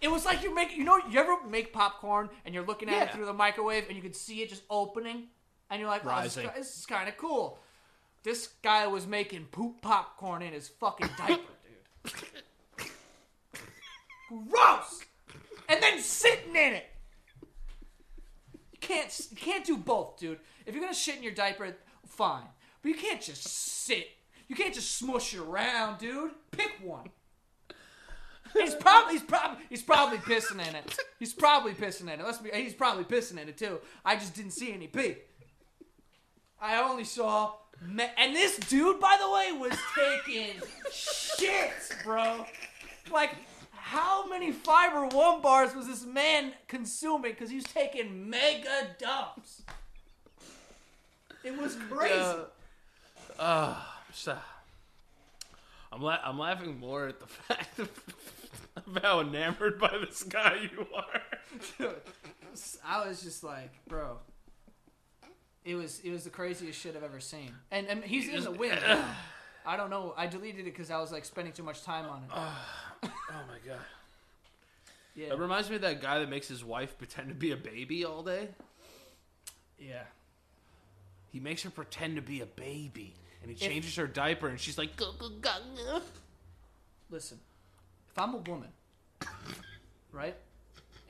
[SPEAKER 2] it was like you make you know you ever make popcorn and you're looking at it
[SPEAKER 3] Yeah.
[SPEAKER 2] through the microwave and you can see it just opening and you're like oh, this, is,
[SPEAKER 3] Rising.
[SPEAKER 2] ki- this is kind of cool. This guy was making poop popcorn in his fucking diaper, dude. Gross. And then sitting in it. You can't you can't do both, dude. If you're gonna shit in your diaper, fine. But you can't just sit. You can't just smush it around, dude. Pick one. He's probably he's probably he's probably pissing in it. He's probably pissing in it. Let's be he's probably pissing in it too. I just didn't see any pee. I only saw me- and this dude by the way was taking shits, bro. Like how many fiber one bars was this man consuming cuz he was taking mega dumps. It was crazy.
[SPEAKER 3] So, Uh, I'm la- I'm laughing more at the fact [laughs] of, of how enamored by this guy you are.
[SPEAKER 2] Dude, I was just like, bro. It was it was the craziest shit I've ever seen. And, and he's in the wind. I don't know. I deleted it because I was like spending too much time on it.
[SPEAKER 3] Oh my god!
[SPEAKER 2] Yeah.
[SPEAKER 3] It reminds me of that guy that makes his wife pretend to be a baby all day.
[SPEAKER 2] Yeah.
[SPEAKER 3] He makes her pretend to be a baby, and he changes her diaper, and she's like, "Gah, gah, gah, gah."
[SPEAKER 2] Listen, if I'm a woman, right?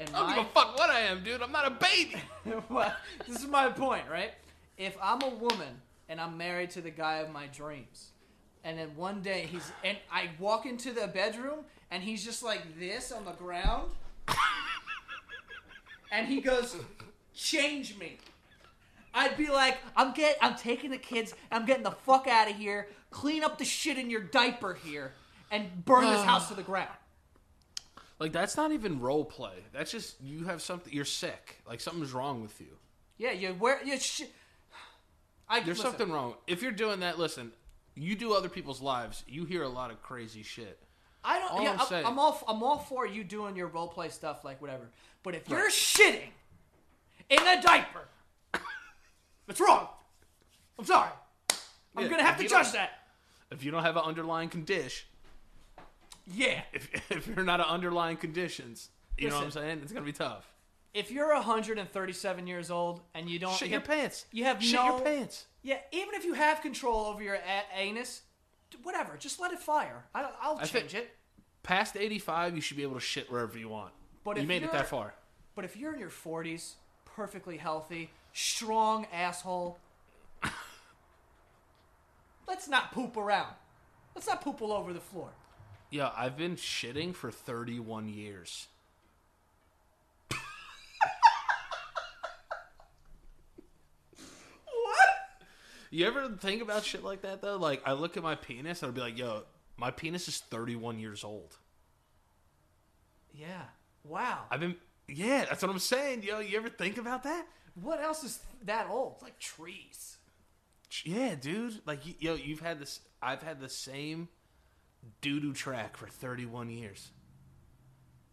[SPEAKER 2] And
[SPEAKER 3] "I don't give a fuck what I am, dude. I'm not a baby."
[SPEAKER 2] [laughs] Well, this is my point, right? If I'm a woman and I'm married to the guy of my dreams, and then one day he's and I walk into the bedroom and he's just like this on the
[SPEAKER 3] [laughs]
[SPEAKER 2] ground, and he goes, "Change me." I'd be like, "I'm get, I'm taking the kids, I'm getting the fuck out of here. Clean up the shit in your diaper here, and burn
[SPEAKER 3] [sighs]
[SPEAKER 2] this house to the ground."
[SPEAKER 3] [laughs] Like that's not even role play. That's just you have something. You're sick. Like something's wrong with you.
[SPEAKER 2] Yeah, you where you sh- I
[SPEAKER 3] There's
[SPEAKER 2] listen.
[SPEAKER 3] something wrong. If you're doing that, listen. You do other people's lives. You hear a lot of crazy shit.
[SPEAKER 2] I don't.
[SPEAKER 3] All
[SPEAKER 2] yeah,
[SPEAKER 3] I'm
[SPEAKER 2] I'm,
[SPEAKER 3] saying-
[SPEAKER 2] I'm all. I'm all for you doing your role play stuff, like whatever. But if you're shitting in a diaper, [coughs] that's wrong. I'm sorry. I'm
[SPEAKER 3] Yeah,
[SPEAKER 2] gonna have
[SPEAKER 3] if
[SPEAKER 2] to
[SPEAKER 3] you
[SPEAKER 2] judge
[SPEAKER 3] don't-
[SPEAKER 2] that.
[SPEAKER 3] If you don't have an underlying condition,
[SPEAKER 2] Yeah.
[SPEAKER 3] if, [laughs] if you're not an underlying conditions, you know what I'm
[SPEAKER 2] Listen.
[SPEAKER 3] saying? It's gonna be tough.
[SPEAKER 2] If you're 137 years old and Oh, you don't
[SPEAKER 3] Shit your
[SPEAKER 2] get-
[SPEAKER 3] pants.
[SPEAKER 2] you have
[SPEAKER 3] shit
[SPEAKER 2] no-
[SPEAKER 3] your pants.
[SPEAKER 2] yeah, even if you have control over your a- anus, d- whatever, just let it fire. I, don't- I'll
[SPEAKER 3] think-
[SPEAKER 2] change it.
[SPEAKER 3] Past 85, you should be able to shit wherever you want.
[SPEAKER 2] But
[SPEAKER 3] you
[SPEAKER 2] if
[SPEAKER 3] made it
[SPEAKER 2] you're-
[SPEAKER 3] that far.
[SPEAKER 2] But if you're in your 40s, perfectly healthy, strong asshole, [coughs] let's not poop around. Let's not poop all over the floor.
[SPEAKER 3] Yeah, I've been shitting for 31 years.
[SPEAKER 2] What?
[SPEAKER 3] You ever think about shit like that though? Like I look at my penis and I'll be like, "Yo, my penis is 31 years old."
[SPEAKER 2] Yeah. Wow.
[SPEAKER 3] I've been Yeah, that's what I'm saying. Yo, you ever think about that?
[SPEAKER 2] What else is that old? Like trees.
[SPEAKER 3] Yeah, dude. Like y- yo, you've had this I've had the same doo-doo track for 31 years.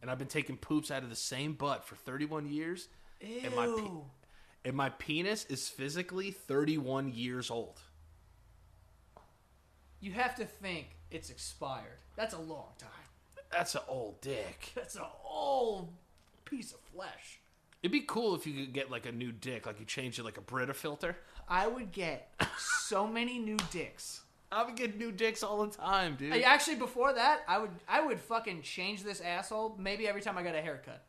[SPEAKER 3] And I've been taking poops out of the same butt for 31 years. and my pe-
[SPEAKER 2] Ew.
[SPEAKER 3] and my penis is physically 31 years old.
[SPEAKER 2] You have to think it's expired. That's a long time.
[SPEAKER 3] That's an old dick.
[SPEAKER 2] That's an old piece of flesh.
[SPEAKER 3] It'd be cool if you could get like a new dick, like you change it like a Brita filter.
[SPEAKER 2] I would get [coughs] so many new dicks.
[SPEAKER 3] I would get new dicks all the time, dude.
[SPEAKER 2] I- Actually, before that, I would I would fucking change this asshole. Maybe every time I got a haircut,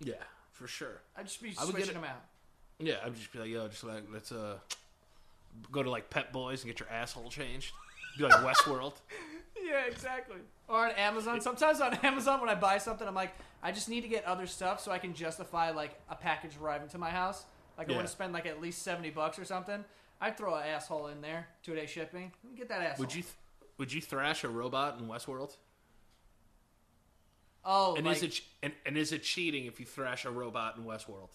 [SPEAKER 3] yeah, for sure.
[SPEAKER 2] I'd just be
[SPEAKER 3] I would get
[SPEAKER 2] switching
[SPEAKER 3] it-
[SPEAKER 2] them out.
[SPEAKER 3] Yeah, I'd just be like, yo, just like let's uh go to like Pet Boys and get your asshole changed. Be like Westworld. [laughs]
[SPEAKER 2] Yeah, exactly. Or on Amazon. Sometimes on [laughs] Amazon, when I buy something, I'm like, I just need to get other stuff so I can justify like a package arriving to my house. Like I
[SPEAKER 3] Yeah.
[SPEAKER 2] want to spend like at least seventy bucks or something. I'd throw an asshole in there, two day shipping. Let me Get that asshole.
[SPEAKER 3] Would you th- would you thrash a robot in Westworld?
[SPEAKER 2] Oh,
[SPEAKER 3] And
[SPEAKER 2] like,
[SPEAKER 3] is it ch- and, and is it cheating if you thrash a robot in Westworld?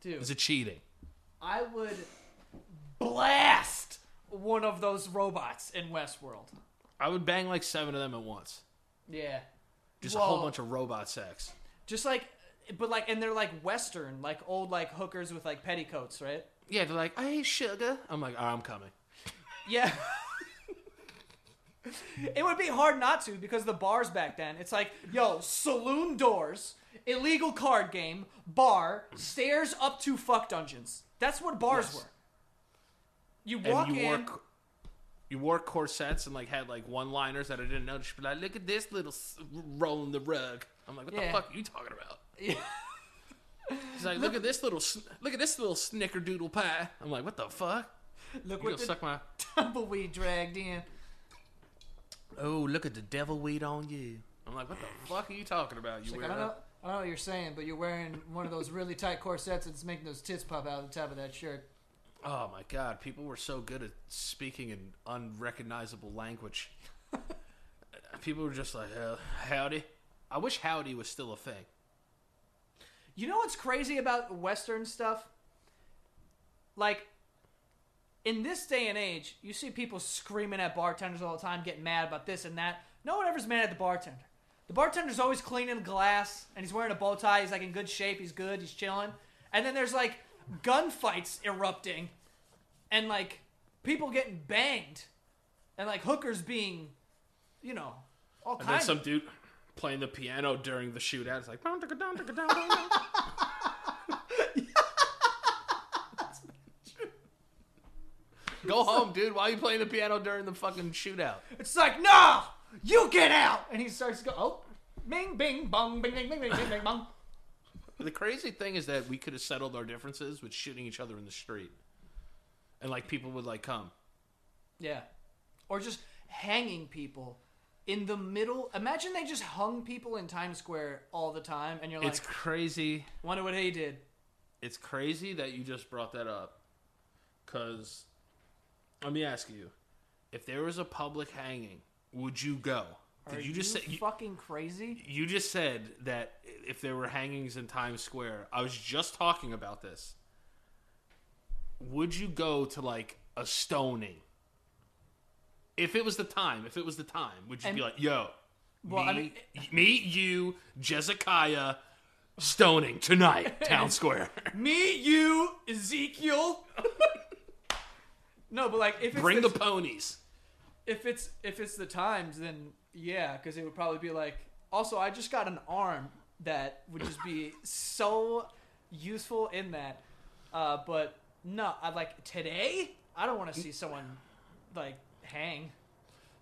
[SPEAKER 2] dude?
[SPEAKER 3] Is it cheating?
[SPEAKER 2] I would blast one of those robots in Westworld.
[SPEAKER 3] I would bang like seven of them at once.
[SPEAKER 2] Yeah,
[SPEAKER 3] Just a whole
[SPEAKER 2] Well-
[SPEAKER 3] bunch of robot sex.
[SPEAKER 2] just like, but like, and they're like Western, like old like hookers with like petticoats, right?
[SPEAKER 3] Yeah, they're like, hey, sugar. I'm like, oh, I'm coming.
[SPEAKER 2] Yeah. [laughs] it would be hard not to because the bars back then, it's like, yo, saloon doors, illegal card game, bar, stairs up to fuck dungeons. That's what bars
[SPEAKER 3] Yes.
[SPEAKER 2] were. You
[SPEAKER 3] And
[SPEAKER 2] walk
[SPEAKER 3] you wore
[SPEAKER 2] in.
[SPEAKER 3] c- you wore corsets and like had like one liners that I didn't know. Just be like, look at this little s- roll in the rug. I'm like, what
[SPEAKER 2] Yeah.
[SPEAKER 3] the fuck are you talking about?
[SPEAKER 2] Yeah.
[SPEAKER 3] He's like, look at this little sn- look at this little snickerdoodle pie. I'm like, what the fuck?
[SPEAKER 2] [laughs] Look what
[SPEAKER 3] You gonna
[SPEAKER 2] the
[SPEAKER 3] suck my?
[SPEAKER 2] [laughs] tumbleweed dragged in.
[SPEAKER 3] Oh, look at the devil weed on you. I'm like, what the fuck are you talking about? You
[SPEAKER 2] Like, I
[SPEAKER 3] weirdo?
[SPEAKER 2] don't know. I don't know what you're saying, but you're wearing one of those really tight corsets and it's making those tits pop out of the top of that shirt.
[SPEAKER 3] Oh my god, people were so good at speaking in unrecognizable [laughs] language. people were just like, uh, "Howdy." I wish "Howdy" was still a thing.
[SPEAKER 2] You know what's crazy about Western stuff? Like, in this day and age, you see people screaming at bartenders all the time, getting mad about this and that. No one ever's mad at the bartender. The bartender's always cleaning glass, and he's wearing a bow tie. He's like in good shape. He's good. He's chilling. And then there's like gunfights erupting, and like people getting banged, and like hookers being, you know, all
[SPEAKER 3] And then
[SPEAKER 2] kinds.
[SPEAKER 3] some
[SPEAKER 2] of-
[SPEAKER 3] dude playing the piano during the shootout. It's like, [laughs] go home, dude. Why are you playing the piano during the fucking shootout?
[SPEAKER 2] It's like, no, you get out. And he starts to go, oh, bing, bing, bong, bing, bing, bing, bing, bing, bing, bong.
[SPEAKER 3] The crazy thing is that we could have settled our differences with shooting each other in the street, and like people would like come.
[SPEAKER 2] Yeah. Or just hanging people in the middle. Imagine they just hung people in Times Square all the time. And you're like,
[SPEAKER 3] It's crazy
[SPEAKER 2] wonder what he did.
[SPEAKER 3] it's crazy that you just brought that up because let me ask you if there was a public hanging would you go
[SPEAKER 2] Are
[SPEAKER 3] did you just say you,
[SPEAKER 2] fucking crazy?
[SPEAKER 3] you just said that if there were hangings in times square i was just talking about this would you go to like a stoning if it was the time if it was the time would you
[SPEAKER 2] And-
[SPEAKER 3] be like yo
[SPEAKER 2] Well,
[SPEAKER 3] me,
[SPEAKER 2] I mean-
[SPEAKER 3] me you jezekiah
[SPEAKER 2] [laughs]
[SPEAKER 3] stoning tonight town square
[SPEAKER 2] Me, you, Ezekiel. [laughs] no, but like, if it's
[SPEAKER 3] bring
[SPEAKER 2] the
[SPEAKER 3] the ponies
[SPEAKER 2] if it's if it's the times then yeah because it would probably be like also i just got an arm that would just be so useful in that uh, but no i like today i don't want to see someone like hang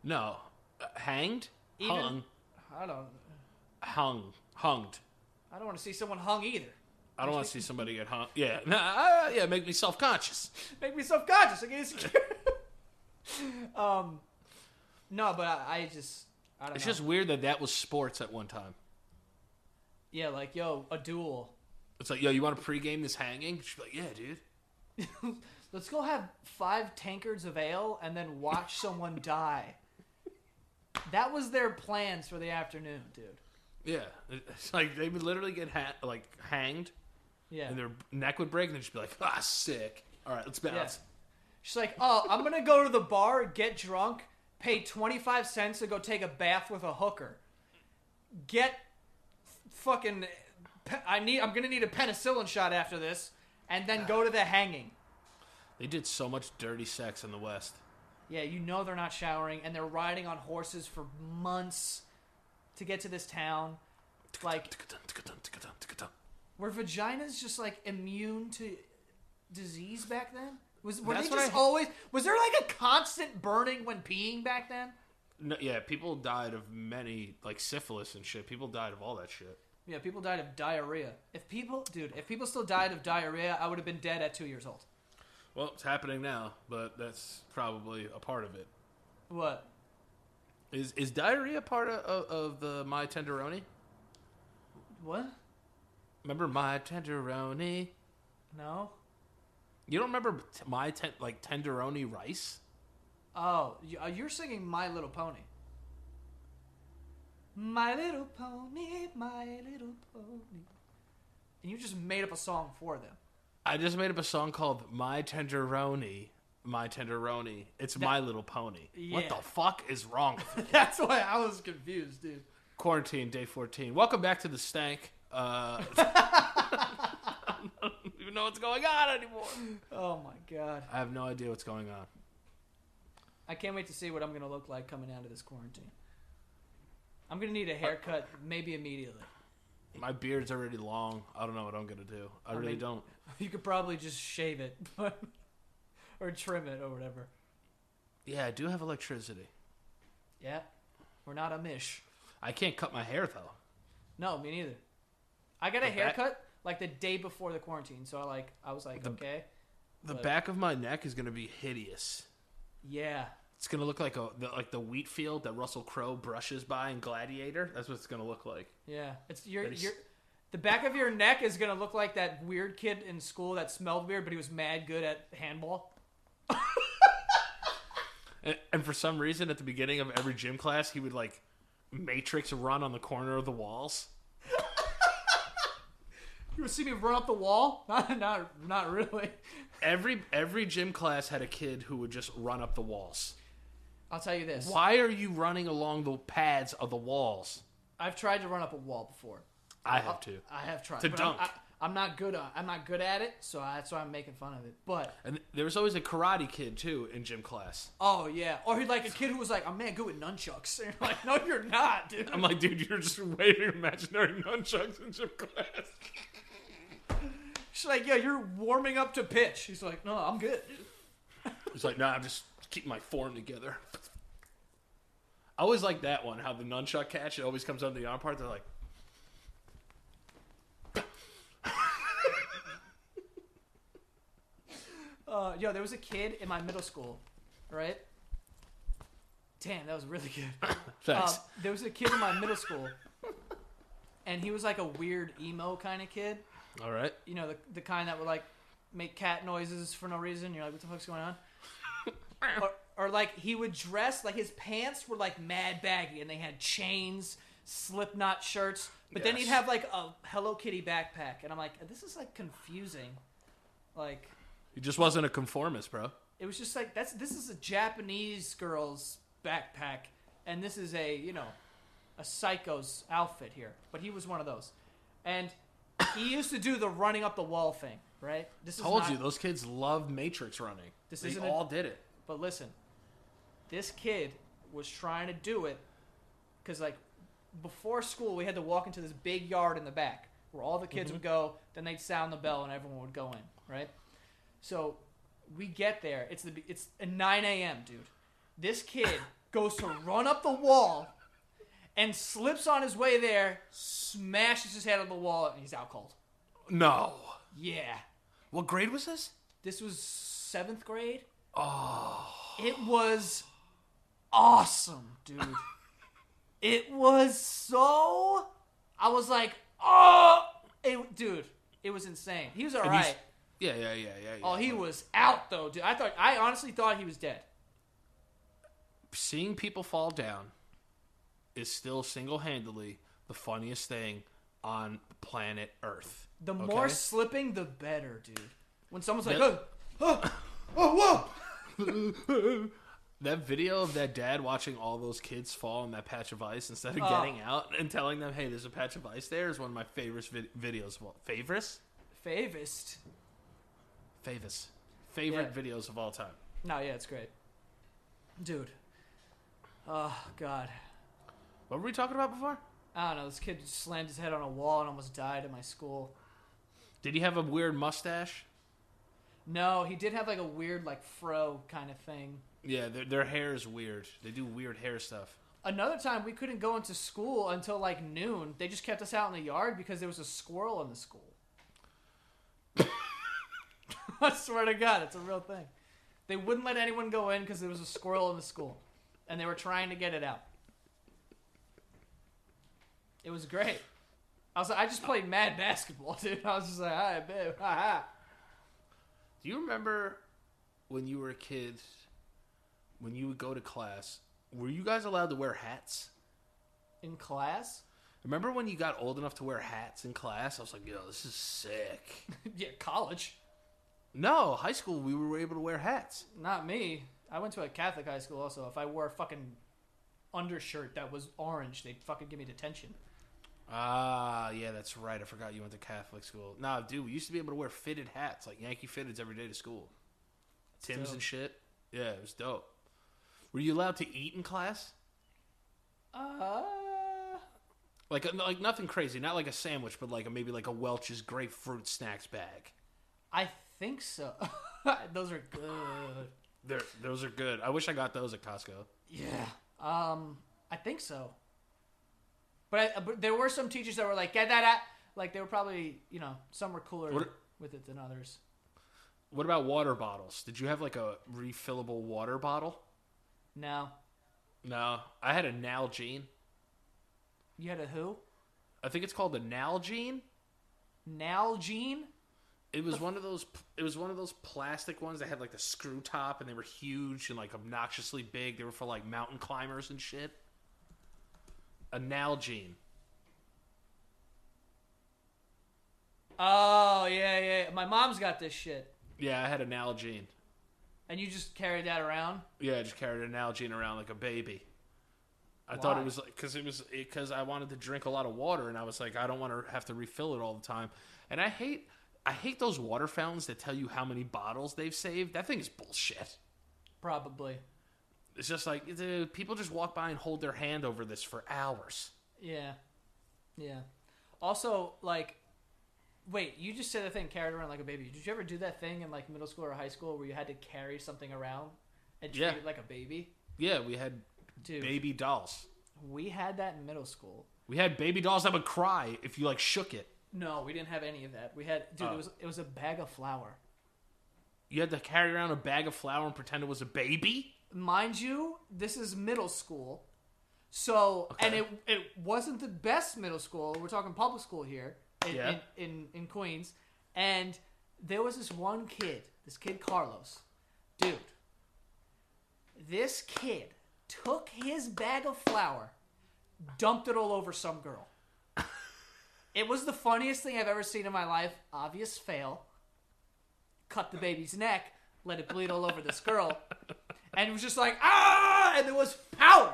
[SPEAKER 3] No. Uh, hanged?
[SPEAKER 2] Even-
[SPEAKER 3] Hung.
[SPEAKER 2] i don't
[SPEAKER 3] Hung. Hunged.
[SPEAKER 2] i don't want to see someone hung either
[SPEAKER 3] I don't want to see somebody get hung. Yeah. Nah, uh, yeah, make me self conscious.
[SPEAKER 2] make me self-conscious i get insecure [laughs] um no but i, I just i don't
[SPEAKER 3] It's
[SPEAKER 2] know
[SPEAKER 3] just weird that that was sports at one time.
[SPEAKER 2] yeah like yo a duel
[SPEAKER 3] It's like, yo, you want to pregame this hanging? She's like, yeah, dude.
[SPEAKER 2] [laughs] Let's go have five tankards of ale and then watch someone die. That was their plans for the afternoon, dude.
[SPEAKER 3] Yeah. It's like they would literally get ha- like hanged
[SPEAKER 2] Yeah.
[SPEAKER 3] and their neck would break and they'd just be like, ah, sick. All right, let's bounce.
[SPEAKER 2] She's like, oh, I'm going to go to the bar, get drunk, pay 25 cents to go take a bath with a hooker. Get f- fucking pe- I need. I'm gonna need a penicillin shot after this, and then go to the hanging.
[SPEAKER 3] They did so much dirty sex in the West.
[SPEAKER 2] Yeah, you know they're not showering, and they're riding on horses for months to get to this town. Like were vaginas just like immune to disease back then? Was were
[SPEAKER 3] That's
[SPEAKER 2] they
[SPEAKER 3] what
[SPEAKER 2] just
[SPEAKER 3] I-
[SPEAKER 2] always? Was there like a constant burning when peeing back then?
[SPEAKER 3] No, yeah, people died of many like syphilis and shit. People died of all that shit.
[SPEAKER 2] Yeah, people died of diarrhea. If people, dude, if people still died of diarrhea, I would have been dead at two years old.
[SPEAKER 3] Well, it's happening now, but that's probably a part of it.
[SPEAKER 2] What?
[SPEAKER 3] Is is diarrhea part of, of, of the my tenderoni?
[SPEAKER 2] What?
[SPEAKER 3] Remember my tenderoni?
[SPEAKER 2] No.
[SPEAKER 3] You don't remember t- my ten, like tenderoni rice?
[SPEAKER 2] Oh, you- uh, you're singing My Little Pony. My little pony, my little pony. And you just made up a song for them. [laughs]
[SPEAKER 3] I just made up a song called My Tenderoni. My Tenderoni. It's My Little Pony. What
[SPEAKER 2] Yeah.
[SPEAKER 3] the fuck is wrong
[SPEAKER 2] [laughs]
[SPEAKER 3] with me?
[SPEAKER 2] That's why I was confused, dude.
[SPEAKER 3] Quarantine, day 14. Welcome back to the stank.
[SPEAKER 2] [laughs]
[SPEAKER 3] Uh, [laughs] I don't even know what's going on anymore.
[SPEAKER 2] Oh my god.
[SPEAKER 3] I have no idea what's going on.
[SPEAKER 2] I can't wait to see what I'm gonna look like coming out of this quarantine. I'm gonna need a haircut, maybe immediately. [laughs]
[SPEAKER 3] My beard's already long. I don't know what I'm going to do. I, really
[SPEAKER 2] mean-
[SPEAKER 3] don't.
[SPEAKER 2] You could probably just shave it, [laughs] but or trim it or whatever.
[SPEAKER 3] Yeah, I do have electricity.
[SPEAKER 2] Yeah, we're not Amish.
[SPEAKER 3] I can't cut my hair, though.
[SPEAKER 2] No, me neither. I got a
[SPEAKER 3] The back-
[SPEAKER 2] haircut like the day before the quarantine, so I like I was like,
[SPEAKER 3] The-
[SPEAKER 2] okay,
[SPEAKER 3] The
[SPEAKER 2] What?
[SPEAKER 3] back of my neck is going to be hideous.
[SPEAKER 2] yeah,
[SPEAKER 3] It's gonna look like a the, like the wheat field that Russell Crowe brushes by in Gladiator. That's what it's gonna look like.
[SPEAKER 2] yeah. It's your
[SPEAKER 3] There's-
[SPEAKER 2] your the back of your neck is gonna look like that weird kid in school that smelled weird, but he was mad good at handball.
[SPEAKER 3] And, and for some reason, at the beginning of every gym class, he would like matrix run on the corner of the walls.
[SPEAKER 2] You would see me run up the wall? [laughs] Not not not really.
[SPEAKER 3] Every every gym class had a kid who would just run up the walls.
[SPEAKER 2] I'll tell you this.
[SPEAKER 3] Why are you running along the pads of the walls?
[SPEAKER 2] I've tried to run up a wall before.
[SPEAKER 3] I have to.
[SPEAKER 2] I have tried.
[SPEAKER 3] To
[SPEAKER 2] but I'm-
[SPEAKER 3] dunk.
[SPEAKER 2] I, I'm not good. At, I'm not good at it, so I, that's why I'm making fun of it. But
[SPEAKER 3] And there was always a karate kid too in gym class.
[SPEAKER 2] oh yeah, or he'd like a kid who was like, "I'm man good with nunchucks," [laughs] and you're like, "No, you're not, dude."
[SPEAKER 3] I'm like, dude, you're just [laughs] waving imaginary nunchucks in gym class.
[SPEAKER 2] She's like, "Yeah, you're warming up to pitch." He's like, "No, I'm good."
[SPEAKER 3] It's like, nah, I'm just keeping my form together. I always like that one, how the nunchuck catch, it always comes under the arm part. They're like,
[SPEAKER 2] Uh, yo, there was a kid in my middle school, right? Damn, that was really good.
[SPEAKER 3] thanks.
[SPEAKER 2] Uh, there was a kid in my middle school, and he was like a weird emo kind of kid.
[SPEAKER 3] All right.
[SPEAKER 2] you know, the, the kind that would like make cat noises for no reason. You're like, what the fuck's going on? or, or like he would dress like his pants were like mad baggy and they had chains, slipknot shirts, but then he'd
[SPEAKER 3] Yes.
[SPEAKER 2] have like a Hello Kitty backpack, and I'm like, this is like confusing. Like
[SPEAKER 3] He just wasn't a conformist, bro.
[SPEAKER 2] it was just like that's this is a Japanese girl's backpack, and this is a you know a psycho's outfit here. But he was one of those, and he used to do the running up the wall thing, right? This is
[SPEAKER 3] Told
[SPEAKER 2] not-
[SPEAKER 3] you, those kids love Matrix running.
[SPEAKER 2] This
[SPEAKER 3] they
[SPEAKER 2] isn't a-
[SPEAKER 3] all did it.
[SPEAKER 2] But listen, this kid was trying to do it because, like, before school, we had to walk into this big yard in the back where all the kids would go. Then they'd sound the bell and everyone would go in, right? So we get there. It's the it's at 9 a.m., dude. This kid goes to run up the wall and slips on his way there, smashes his head on the wall, and he's out cold.
[SPEAKER 3] No.
[SPEAKER 2] Yeah.
[SPEAKER 3] What grade was this?
[SPEAKER 2] This was seventh grade. Oh. It was awesome,
[SPEAKER 3] [laughs]
[SPEAKER 2] dude. it was so. I was like, oh, it, dude, it was insane. He was all
[SPEAKER 3] And
[SPEAKER 2] right.
[SPEAKER 3] he's- Yeah, yeah, yeah, yeah. yeah.
[SPEAKER 2] Oh, he was out though, dude. I thought, I honestly thought he was dead.
[SPEAKER 3] Seeing people fall down is still single handedly the funniest thing on planet Earth.
[SPEAKER 2] The more
[SPEAKER 3] Okay?
[SPEAKER 2] slipping, the "Oh, better, dude. When someone's like,
[SPEAKER 3] The-
[SPEAKER 2] oh, oh, oh, whoa,
[SPEAKER 3] That video of that dad watching all those kids fall in that patch of ice instead of
[SPEAKER 2] Oh.
[SPEAKER 3] getting out and telling them, "Hey, there's a patch of ice there," is one of my favorite vid- videos. Of all- favorites,
[SPEAKER 2] Favist.
[SPEAKER 3] favorites, favorite
[SPEAKER 2] Yeah.
[SPEAKER 3] videos of all time.
[SPEAKER 2] No, yeah, it's great, dude. Oh God,
[SPEAKER 3] What were we talking about before?
[SPEAKER 2] I don't know. This kid just slammed his head on a wall and almost died in my school.
[SPEAKER 3] Did he have a weird mustache?
[SPEAKER 2] No, he did have like a weird like fro kind of thing.
[SPEAKER 3] Yeah, their, their hair is weird. They do weird hair stuff.
[SPEAKER 2] Another time we couldn't go into school until like noon. They just kept us out in the yard because there was a squirrel in the school. [laughs] I swear to God, it's a real thing. They wouldn't let anyone go in because there was a squirrel in the school, and they were trying to get it out. It was great. I was like, I just played mad basketball, [laughs] dude. I was just like, hi, babe, ha ha.
[SPEAKER 3] Do you remember when you were a kid, when you would go to class, were you guys allowed to wear hats?
[SPEAKER 2] In class, [laughs]
[SPEAKER 3] Remember when you got old enough to wear hats in class? I was like, yo, this is sick. [laughs]
[SPEAKER 2] yeah, college.
[SPEAKER 3] no, high school, we were able to wear hats.
[SPEAKER 2] Not me. I went to a Catholic high school also. If I wore a fucking undershirt that was orange, they'd fucking give me detention.
[SPEAKER 3] Ah, yeah, that's right. I forgot you went to Catholic school. Nah, dude, we used to be able to wear fitted hats, like Yankee fitteds, every day to school. Tim's
[SPEAKER 2] dope.
[SPEAKER 3] and shit. Yeah, it was dope. Were you allowed to eat in class?
[SPEAKER 2] Uh,
[SPEAKER 3] Like, like nothing crazy, not like a sandwich, but like a, maybe like a Welch's grapefruit snacks bag.
[SPEAKER 2] I think so. [laughs] Those are good.
[SPEAKER 3] They're, those are good. I wish I got those at Costco.
[SPEAKER 2] Yeah. Um, I think so. But, I, uh, but there were some teachers that were like, get that out. Like, they were probably, you know, some were cooler
[SPEAKER 3] What-
[SPEAKER 2] with it than others.
[SPEAKER 3] What about water bottles? Did you have like a refillable water bottle?
[SPEAKER 2] No.
[SPEAKER 3] No, I had a Nalgene.
[SPEAKER 2] You had a who?
[SPEAKER 3] I think it's called a Nalgene.
[SPEAKER 2] Nalgene?
[SPEAKER 3] It was one of those. It was one of those plastic ones that had like the screw top, and they were huge and like obnoxiously big. They were for like mountain climbers and shit. A Nalgene.
[SPEAKER 2] Oh, yeah, yeah. yeah. My mom's got this shit.
[SPEAKER 3] Yeah, I had a Nalgene.
[SPEAKER 2] And you just carried that around?
[SPEAKER 3] Yeah, I just carried an Nalgene around like a baby. I thought
[SPEAKER 2] Why?
[SPEAKER 3] it was because it was because I wanted to drink a lot of water, and I was like, I don't want to have to refill it all the time. And I hate, I hate those water fountains that tell you how many bottles they've saved. That thing is bullshit.
[SPEAKER 2] Probably.
[SPEAKER 3] It's just like dude, people just walk by and hold their hand over this for hours.
[SPEAKER 2] Yeah. Yeah. Also, like, wait, you just said the thing carried around like a baby. Did you ever do that thing in like middle school or high school where you had to carry something around and treat
[SPEAKER 3] Yeah.
[SPEAKER 2] it like a baby?
[SPEAKER 3] Yeah, we had
[SPEAKER 2] Dude,
[SPEAKER 3] baby dolls.
[SPEAKER 2] we had that in middle school.
[SPEAKER 3] We had baby dolls that would cry if you like shook it.
[SPEAKER 2] No, we didn't have any of that. We had, dude,
[SPEAKER 3] Oh.
[SPEAKER 2] it was it was a bag of flour.
[SPEAKER 3] You had to carry around a bag of flour and pretend it was a baby.
[SPEAKER 2] Mind you, this is middle school. So, and it it wasn't the best middle school. We're talking public school here in,
[SPEAKER 3] Yeah.
[SPEAKER 2] in, in, in Queens. And there was this one kid, this kid Carlos. Dude, this kid took his bag of flour, dumped it all over some girl. it was the funniest thing I've ever seen in my life. Obvious fail. Cut the baby's neck, let it bleed all over this girl. And it was just like, ah! And there was power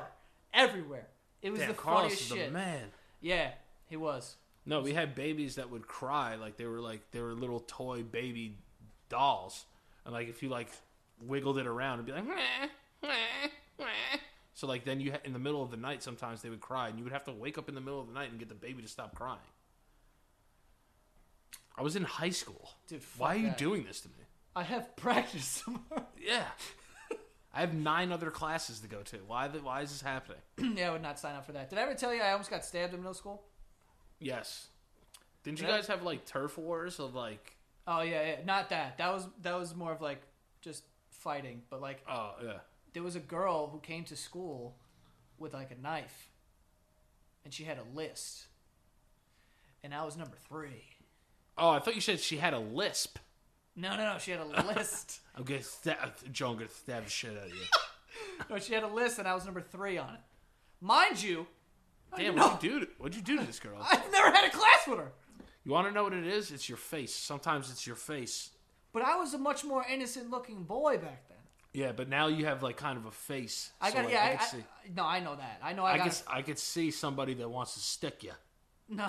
[SPEAKER 2] everywhere. It was the
[SPEAKER 3] Carlos
[SPEAKER 2] funniest
[SPEAKER 3] is
[SPEAKER 2] shit.
[SPEAKER 3] the man.
[SPEAKER 2] Yeah, he was.
[SPEAKER 3] No, we had babies that would cry like they were like they were little toy baby dolls, and like if you like wiggled it around, it'd be like. "Meh, meh, meh." So like then you ha- in the middle of the night sometimes they would cry and you would have to wake up in the middle of the night and get the baby to stop crying. I was in high school.
[SPEAKER 2] Dude, fuck
[SPEAKER 3] why are you
[SPEAKER 2] that.
[SPEAKER 3] doing this to me?
[SPEAKER 2] I have [laughs] practice tomorrow.
[SPEAKER 3] Yeah. I have nine other classes to go to. Why the, why is this happening?
[SPEAKER 2] [clears throat] yeah, I would not sign up for that. Did I ever tell you I almost got stabbed in middle school?
[SPEAKER 3] Yes. Didn't you
[SPEAKER 2] Yeah.
[SPEAKER 3] guys have like turf wars of like
[SPEAKER 2] Oh yeah, yeah, not that. That was that was more of like just fighting. But like
[SPEAKER 3] oh yeah.
[SPEAKER 2] there was a girl who came to school with like a knife, and she had a list, and I was number three.
[SPEAKER 3] Oh, I thought you said she had a lisp.
[SPEAKER 2] No, no, no. She had
[SPEAKER 3] [laughs]
[SPEAKER 2] a list.
[SPEAKER 3] I'm gonna stab Joan gonna stab the shit
[SPEAKER 2] [laughs]
[SPEAKER 3] out of you.
[SPEAKER 2] no, she had a list, and I was number three on it. Mind you,
[SPEAKER 3] Damn,
[SPEAKER 2] No.
[SPEAKER 3] what'd you do to, what'd you do to this girl?
[SPEAKER 2] I've [laughs] never had a class with her.
[SPEAKER 3] You wanna know what it is? It's your face. Sometimes it's your face.
[SPEAKER 2] But I was a much more innocent looking boy back then.
[SPEAKER 3] Yeah, but now you have like kind of a face.
[SPEAKER 2] I
[SPEAKER 3] so,
[SPEAKER 2] got
[SPEAKER 3] like,
[SPEAKER 2] yeah.
[SPEAKER 3] I,
[SPEAKER 2] I,
[SPEAKER 3] can see.
[SPEAKER 2] I- no, I know that. I know.
[SPEAKER 3] I,
[SPEAKER 2] I
[SPEAKER 3] can
[SPEAKER 2] got
[SPEAKER 3] s- I could see somebody that wants to stick you.
[SPEAKER 2] [laughs] no.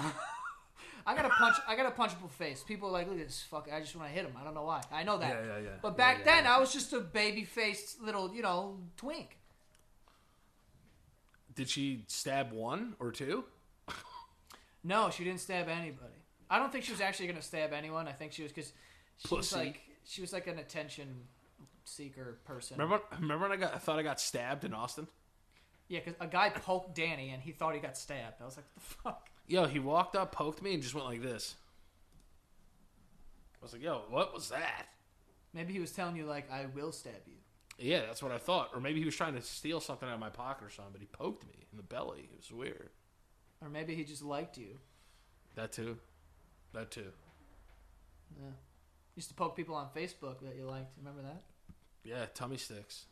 [SPEAKER 2] I got a punch. I got a punchable face. People are like, look at this fuck. I just want to hit him. I don't know why. I know that.
[SPEAKER 3] Yeah, yeah, yeah.
[SPEAKER 2] But
[SPEAKER 3] Yeah,
[SPEAKER 2] back
[SPEAKER 3] yeah,
[SPEAKER 2] then, I was just a baby faced little, you know, twink.
[SPEAKER 3] Did she stab one or two?
[SPEAKER 2] No, she didn't stab anybody. I don't think she was actually gonna stab anyone. I think she was because she was
[SPEAKER 3] Pussy.
[SPEAKER 2] like she was like an attention seeker person.
[SPEAKER 3] Remember, remember when I got I thought I got stabbed in Austin?
[SPEAKER 2] Yeah, because a guy poked Danny and he thought he got stabbed. I was like, the fuck.
[SPEAKER 3] Yo, he walked up, poked me, and just went like this. I was like, yo, what was that?
[SPEAKER 2] Maybe he was telling you like, I will stab you.
[SPEAKER 3] Yeah, that's what I thought. Or maybe he was trying to steal something out of my pocket or something, but he poked me in the belly. It was weird.
[SPEAKER 2] Or maybe he just liked you.
[SPEAKER 3] That too. That too.
[SPEAKER 2] Yeah. Used to poke people on Facebook that you liked. Remember that?
[SPEAKER 3] Yeah, tummy sticks.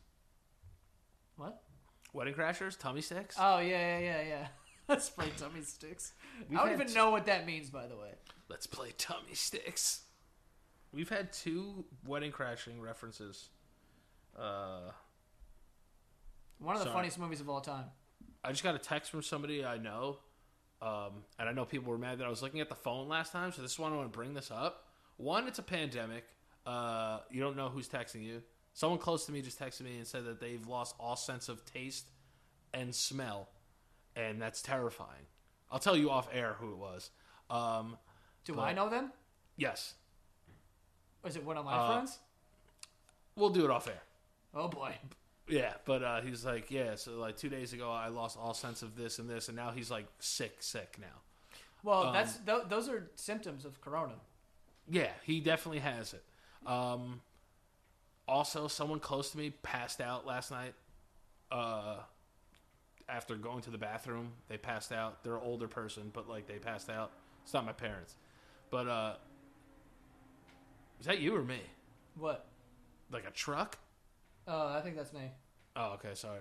[SPEAKER 2] What?
[SPEAKER 3] Wedding crashers, tummy sticks.
[SPEAKER 2] Oh yeah, yeah, yeah, [laughs] yeah. Spray tummy sticks.
[SPEAKER 3] We've
[SPEAKER 2] I don't
[SPEAKER 3] had
[SPEAKER 2] even
[SPEAKER 3] t-
[SPEAKER 2] know what that means, by the way.
[SPEAKER 3] Let's play tummy sticks. We've had two wedding crashing references. Uh,
[SPEAKER 2] One of the
[SPEAKER 3] Sorry.
[SPEAKER 2] funniest movies of all time.
[SPEAKER 3] I just got a text from somebody I know, um, and I know people were mad that I was looking at the phone last time, so this is why I want to bring this up. One, it's a pandemic. Uh, you don't know who's texting you. Someone close to me just texted me and said that they've lost all sense of taste and smell, and that's terrifying. I'll tell you off air who it was. Um,
[SPEAKER 2] Do
[SPEAKER 3] But-
[SPEAKER 2] I know them?
[SPEAKER 3] yes,
[SPEAKER 2] Or is it one of my
[SPEAKER 3] Uh,
[SPEAKER 2] friends?
[SPEAKER 3] we'll do it off air.
[SPEAKER 2] Oh boy.
[SPEAKER 3] Yeah, but uh, he's like, yeah. So like two days ago, I lost all sense of this and this, and now he's like sick, sick now.
[SPEAKER 2] Well,
[SPEAKER 3] Um,
[SPEAKER 2] that's th- those are symptoms of corona.
[SPEAKER 3] Yeah, he definitely has it. Um, also, someone close to me passed out last night. Uh, after going to the bathroom, they passed out. They're an older person, but like they passed out. It's not my parents, but uh, is that you or me?
[SPEAKER 2] What?
[SPEAKER 3] Like a truck?
[SPEAKER 2] Uh, I think that's me.
[SPEAKER 3] Oh, okay, sorry.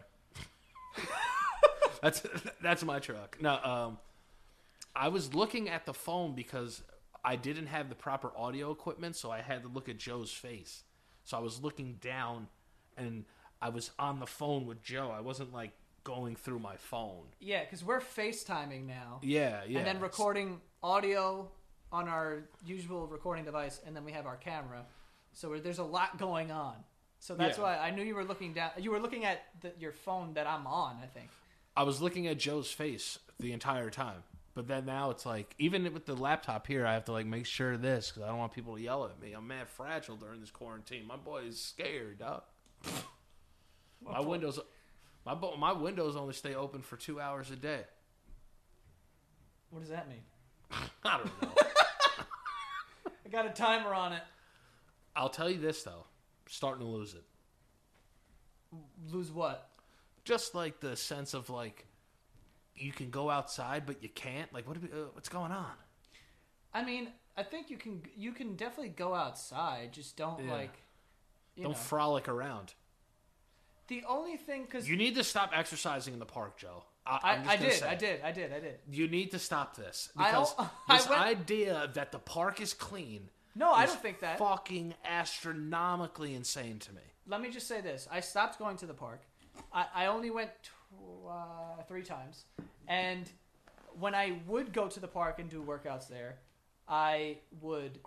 [SPEAKER 3] that's that's my truck. No, um, I was looking at the phone because I didn't have the proper audio equipment, so I had to look at Joe's face. So I was looking down, and I was on the phone with Joe. I wasn't like going through my phone.
[SPEAKER 2] Yeah, because we're FaceTiming now,
[SPEAKER 3] Yeah, yeah.
[SPEAKER 2] and then recording audio on our usual recording device, and then we have our camera. So we're, there's a lot going on. So that's
[SPEAKER 3] Yeah.
[SPEAKER 2] why I knew you were looking down. You were looking at the, your phone that I'm on. I think.
[SPEAKER 3] I was looking at Joe's face the entire time. But then now it's like, even with the laptop here, I have to like make sure of this because I don't want people to yell at me. I'm mad fragile during this quarantine. My boy is scared, dog. my windows, my bo- my windows only stay open for two hours a day.
[SPEAKER 2] What does that mean?
[SPEAKER 3] I don't know.
[SPEAKER 2] I got a timer on it.
[SPEAKER 3] [laughs] I'll tell you this though, starting to lose it.
[SPEAKER 2] Lose what?
[SPEAKER 3] Just like the sense of like, you can go outside but you can't. Like, what? do we- Uh, what's going on?
[SPEAKER 2] I mean, I think you can you can definitely go outside. Just don't
[SPEAKER 3] Yeah.
[SPEAKER 2] like. You
[SPEAKER 3] don't
[SPEAKER 2] know.
[SPEAKER 3] frolic around.
[SPEAKER 2] the only thing because
[SPEAKER 3] You need to stop exercising in the park, Joe. I, I'm
[SPEAKER 2] I,
[SPEAKER 3] just
[SPEAKER 2] I
[SPEAKER 3] gonna
[SPEAKER 2] did,
[SPEAKER 3] say
[SPEAKER 2] I
[SPEAKER 3] it.
[SPEAKER 2] did, I did, I did.
[SPEAKER 3] You need to stop this
[SPEAKER 2] I
[SPEAKER 3] because
[SPEAKER 2] don't- [laughs] I
[SPEAKER 3] this
[SPEAKER 2] went-
[SPEAKER 3] idea that the park is clean.
[SPEAKER 2] No, I
[SPEAKER 3] is
[SPEAKER 2] don't think that.
[SPEAKER 3] Fucking astronomically insane to me.
[SPEAKER 2] Let me just say this: I stopped going to the park. I, I only went tw- uh, three times, and when I would go to the park and do workouts there, I would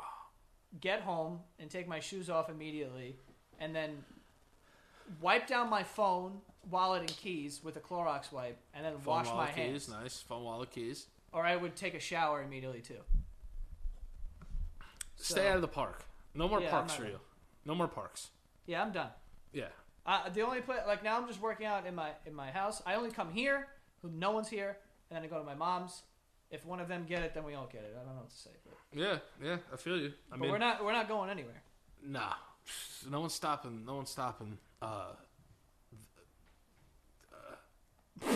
[SPEAKER 2] get home and take my shoes off immediately, and then wipe down my phone, wallet, and keys with a Clorox wipe, and then wash my
[SPEAKER 3] wallet
[SPEAKER 2] hands.
[SPEAKER 3] keys, nice. Phone wallet keys.
[SPEAKER 2] Or I would take a shower immediately too.
[SPEAKER 3] Stay out of the park. No more
[SPEAKER 2] Yeah, I'm
[SPEAKER 3] parks
[SPEAKER 2] not
[SPEAKER 3] for
[SPEAKER 2] gonna-
[SPEAKER 3] you. No more parks.
[SPEAKER 2] Yeah, I'm done.
[SPEAKER 3] Yeah.
[SPEAKER 2] Uh, the only place, like now, I'm just working out in my in my house. I only come here, who no one's here, and then I go to my mom's. If one of them get it, then we all get it. I don't know what to say, but,
[SPEAKER 3] Yeah. Yeah. I feel you. I
[SPEAKER 2] but
[SPEAKER 3] mean,
[SPEAKER 2] we're not we're not going anywhere.
[SPEAKER 3] nah. No one's stopping. No one's stopping. Uh, uh. [laughs]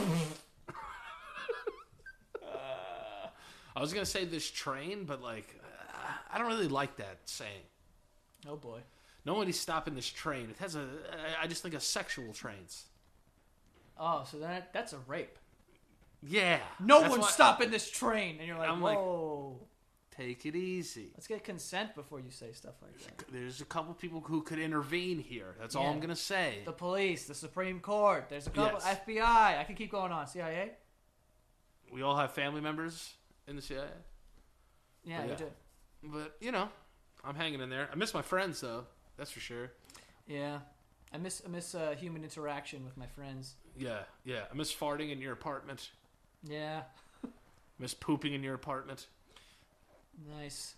[SPEAKER 3] I was gonna say this train, but like, uh, I don't really like that saying.
[SPEAKER 2] Oh boy,
[SPEAKER 3] Nobody's stopping this train. It has a. I- I just think of sexual trains.
[SPEAKER 2] oh so that that's a rape.
[SPEAKER 3] Yeah.
[SPEAKER 2] No
[SPEAKER 3] that's
[SPEAKER 2] one's
[SPEAKER 3] why-
[SPEAKER 2] stopping this train, and you're like,
[SPEAKER 3] I'm like-
[SPEAKER 2] whoa.
[SPEAKER 3] Take it easy.
[SPEAKER 2] Let's get consent before you say stuff like that.
[SPEAKER 3] There's a couple people who could intervene here. That's all I'm
[SPEAKER 2] Yeah.
[SPEAKER 3] gonna say.
[SPEAKER 2] The police, the Supreme Court. There's a couple
[SPEAKER 3] Yes.
[SPEAKER 2] FBI. I can keep going on. CIA.
[SPEAKER 3] we all have family members in the CIA,
[SPEAKER 2] Yeah,
[SPEAKER 3] Yeah.
[SPEAKER 2] you do.
[SPEAKER 3] but you know, I'm hanging in there. I miss my friends though. That's for sure.
[SPEAKER 2] Yeah, I miss I miss uh, human interaction with my friends.
[SPEAKER 3] Yeah, yeah. I miss farting in your apartment.
[SPEAKER 2] Yeah,
[SPEAKER 3] miss pooping in your apartment.
[SPEAKER 2] nice.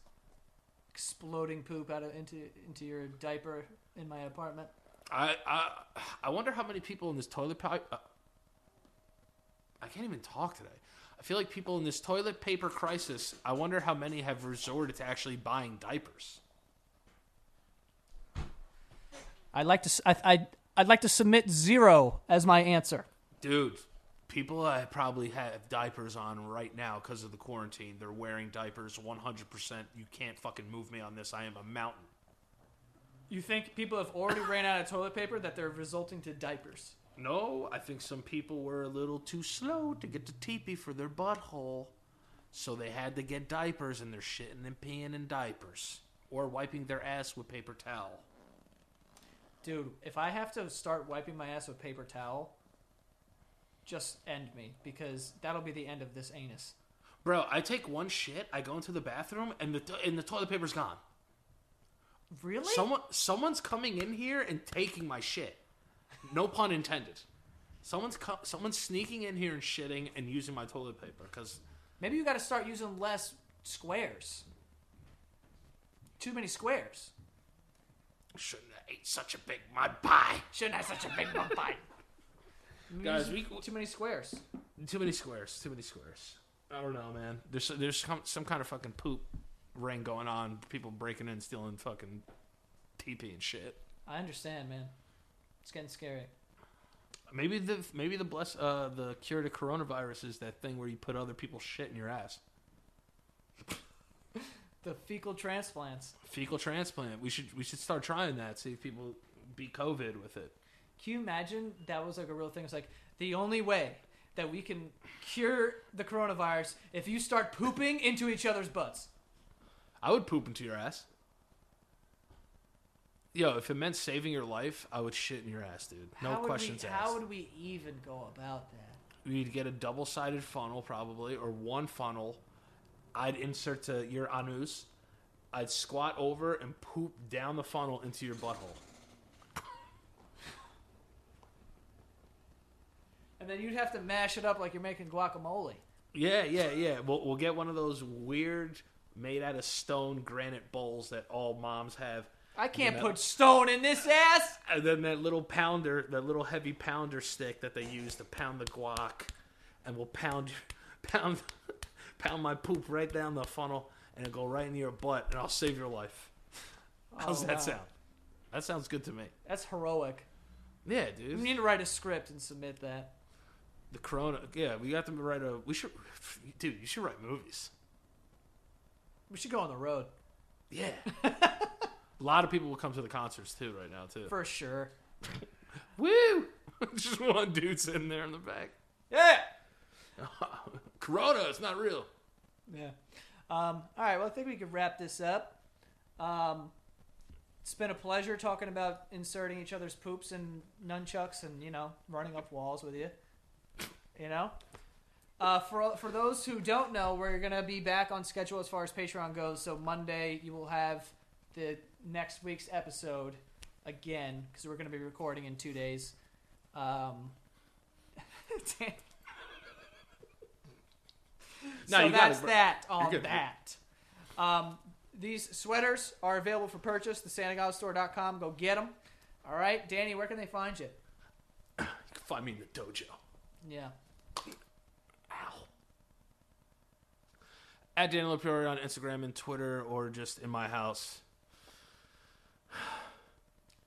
[SPEAKER 2] Exploding poop out of into into your diaper in my apartment.
[SPEAKER 3] I I I wonder how many people in this toilet paper. Uh, I can't even talk today. I feel like people in this toilet paper crisis. I wonder how many have resorted to actually buying diapers.
[SPEAKER 2] I'd like to I I I'd like to submit zero as my answer.
[SPEAKER 3] Dude, people I probably have diapers on right now because of the quarantine. They're wearing diapers 100%. You can't fucking move me on this. I am a mountain.
[SPEAKER 2] You think people have already ran out of toilet paper that they're resulting to diapers?
[SPEAKER 3] No, I think some people were a little too slow to get to teepee for their butthole, so they had to get diapers, and they're shitting and peeing in diapers or wiping their ass with paper towel.
[SPEAKER 2] Dude, if I have to start wiping my ass with paper towel, just end me because that'll be the end of this anus.
[SPEAKER 3] Bro, I take one shit, I go into the bathroom, and the and the toilet paper's gone.
[SPEAKER 2] Really?
[SPEAKER 3] Someone someone's coming in here and taking my shit. No pun intended. Someone's co- someone's sneaking in here and shitting and using my toilet paper because
[SPEAKER 2] Maybe you got to start using less squares. Too many squares.
[SPEAKER 3] shouldn't have ate such a big mud pie.
[SPEAKER 2] Shouldn't have such a big one bite.
[SPEAKER 3] Guys, we
[SPEAKER 2] Too many squares.
[SPEAKER 3] Too many squares. Too many squares. I don't know, man. There's there's some, some kind of fucking poop ring going on. People breaking in, stealing fucking TP and shit.
[SPEAKER 2] I understand, man. It's getting scary.
[SPEAKER 3] Maybe the maybe the bless uh, the cure to coronavirus is that thing where you put other people's shit in your ass.
[SPEAKER 2] The fecal transplants.
[SPEAKER 3] Fecal transplant. We should we should start trying that. See if people beat COVID with it.
[SPEAKER 2] Can you imagine that was like a real thing? It's like the only way that we can cure the coronavirus if you start pooping into each other's butts.
[SPEAKER 3] I would poop into your ass. Yo, if it meant saving your life, I would shit in your ass, dude. No
[SPEAKER 2] How would
[SPEAKER 3] questions
[SPEAKER 2] we,
[SPEAKER 3] asked.
[SPEAKER 2] How would we even go about that?
[SPEAKER 3] we'd get a double sided funnel probably, or one funnel. I'd insert to your anus. I'd squat over and poop down the funnel into your butthole.
[SPEAKER 2] And then you'd have to mash it up like you're making guacamole.
[SPEAKER 3] Yeah, yeah, yeah. We'll, we'll get one of those weird, made out of stone granite bowls that all moms have.
[SPEAKER 2] I can't
[SPEAKER 3] know.
[SPEAKER 2] put stone in this ass.
[SPEAKER 3] And then that little pounder, that little heavy pounder stick that they use to pound the guac. And we'll pound, [laughs] pound, pound my poop right down the funnel and it'll go right into your butt and I'll save your life. How's
[SPEAKER 2] Oh,
[SPEAKER 3] that
[SPEAKER 2] wow.
[SPEAKER 3] sound? That sounds good to me.
[SPEAKER 2] That's heroic.
[SPEAKER 3] Yeah,
[SPEAKER 2] We
[SPEAKER 3] dude.
[SPEAKER 2] need to write a script and submit that.
[SPEAKER 3] The Corona. Yeah, we got to write a. We should, [sighs] dude. You should write movies.
[SPEAKER 2] We should go on the road [laughs]
[SPEAKER 3] Yeah. a lot of people will come to the concerts too right now
[SPEAKER 2] [laughs]
[SPEAKER 3] too.
[SPEAKER 2] for sure.
[SPEAKER 3] Woo! [laughs] Just one dude sitting there in the back. [laughs]
[SPEAKER 2] Yeah.
[SPEAKER 3] Corona, it's not real.
[SPEAKER 2] Yeah. Um, all right. Well, I think we could wrap this up. Um, it's been a pleasure talking about inserting each other's poops and nunchucks and you know running up walls with you. You know. Uh, for for those who don't know, we're gonna be back on schedule as far as Patreon goes. So Monday you will have the next week's episode again because we're gonna be recording in two days. Um, [laughs] damn.
[SPEAKER 3] No,
[SPEAKER 2] so
[SPEAKER 3] you got it,
[SPEAKER 2] that's
[SPEAKER 3] bro.
[SPEAKER 2] that
[SPEAKER 3] You're
[SPEAKER 2] on
[SPEAKER 3] good.
[SPEAKER 2] that. Um, these sweaters are available for purchase. TheSantaGodStore.com. Go get them. All right, Danny, where can they find you?
[SPEAKER 3] You can find me in the dojo.
[SPEAKER 2] Yeah.
[SPEAKER 3] Ow. At Daniel Lapriori on Instagram and Twitter, or just in my house.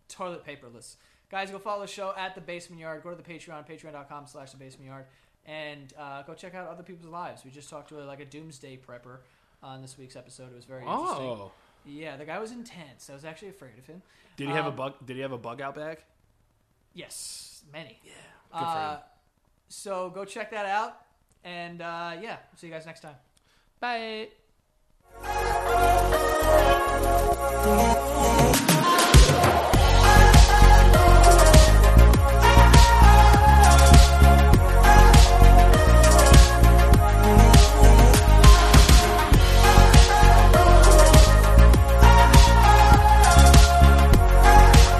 [SPEAKER 2] toilet paperless. Guys, go follow the show at the Basement Yard. Go to the Patreon, patreon.com slash the Basement Yard, and uh, go check out other people's lives. We just talked to like a doomsday prepper on this week's episode. It was very interesting.
[SPEAKER 3] Oh,
[SPEAKER 2] Yeah, the guy was intense. I was actually afraid of him.
[SPEAKER 3] did he have a
[SPEAKER 2] Um,
[SPEAKER 3] bug? Did he have a bug out bag?
[SPEAKER 2] Yes, many. Yeah,
[SPEAKER 3] Good for
[SPEAKER 2] uh,
[SPEAKER 3] him.
[SPEAKER 2] So go check that out, and uh, yeah, see you guys next time.
[SPEAKER 3] Bye.
[SPEAKER 4] Thank you.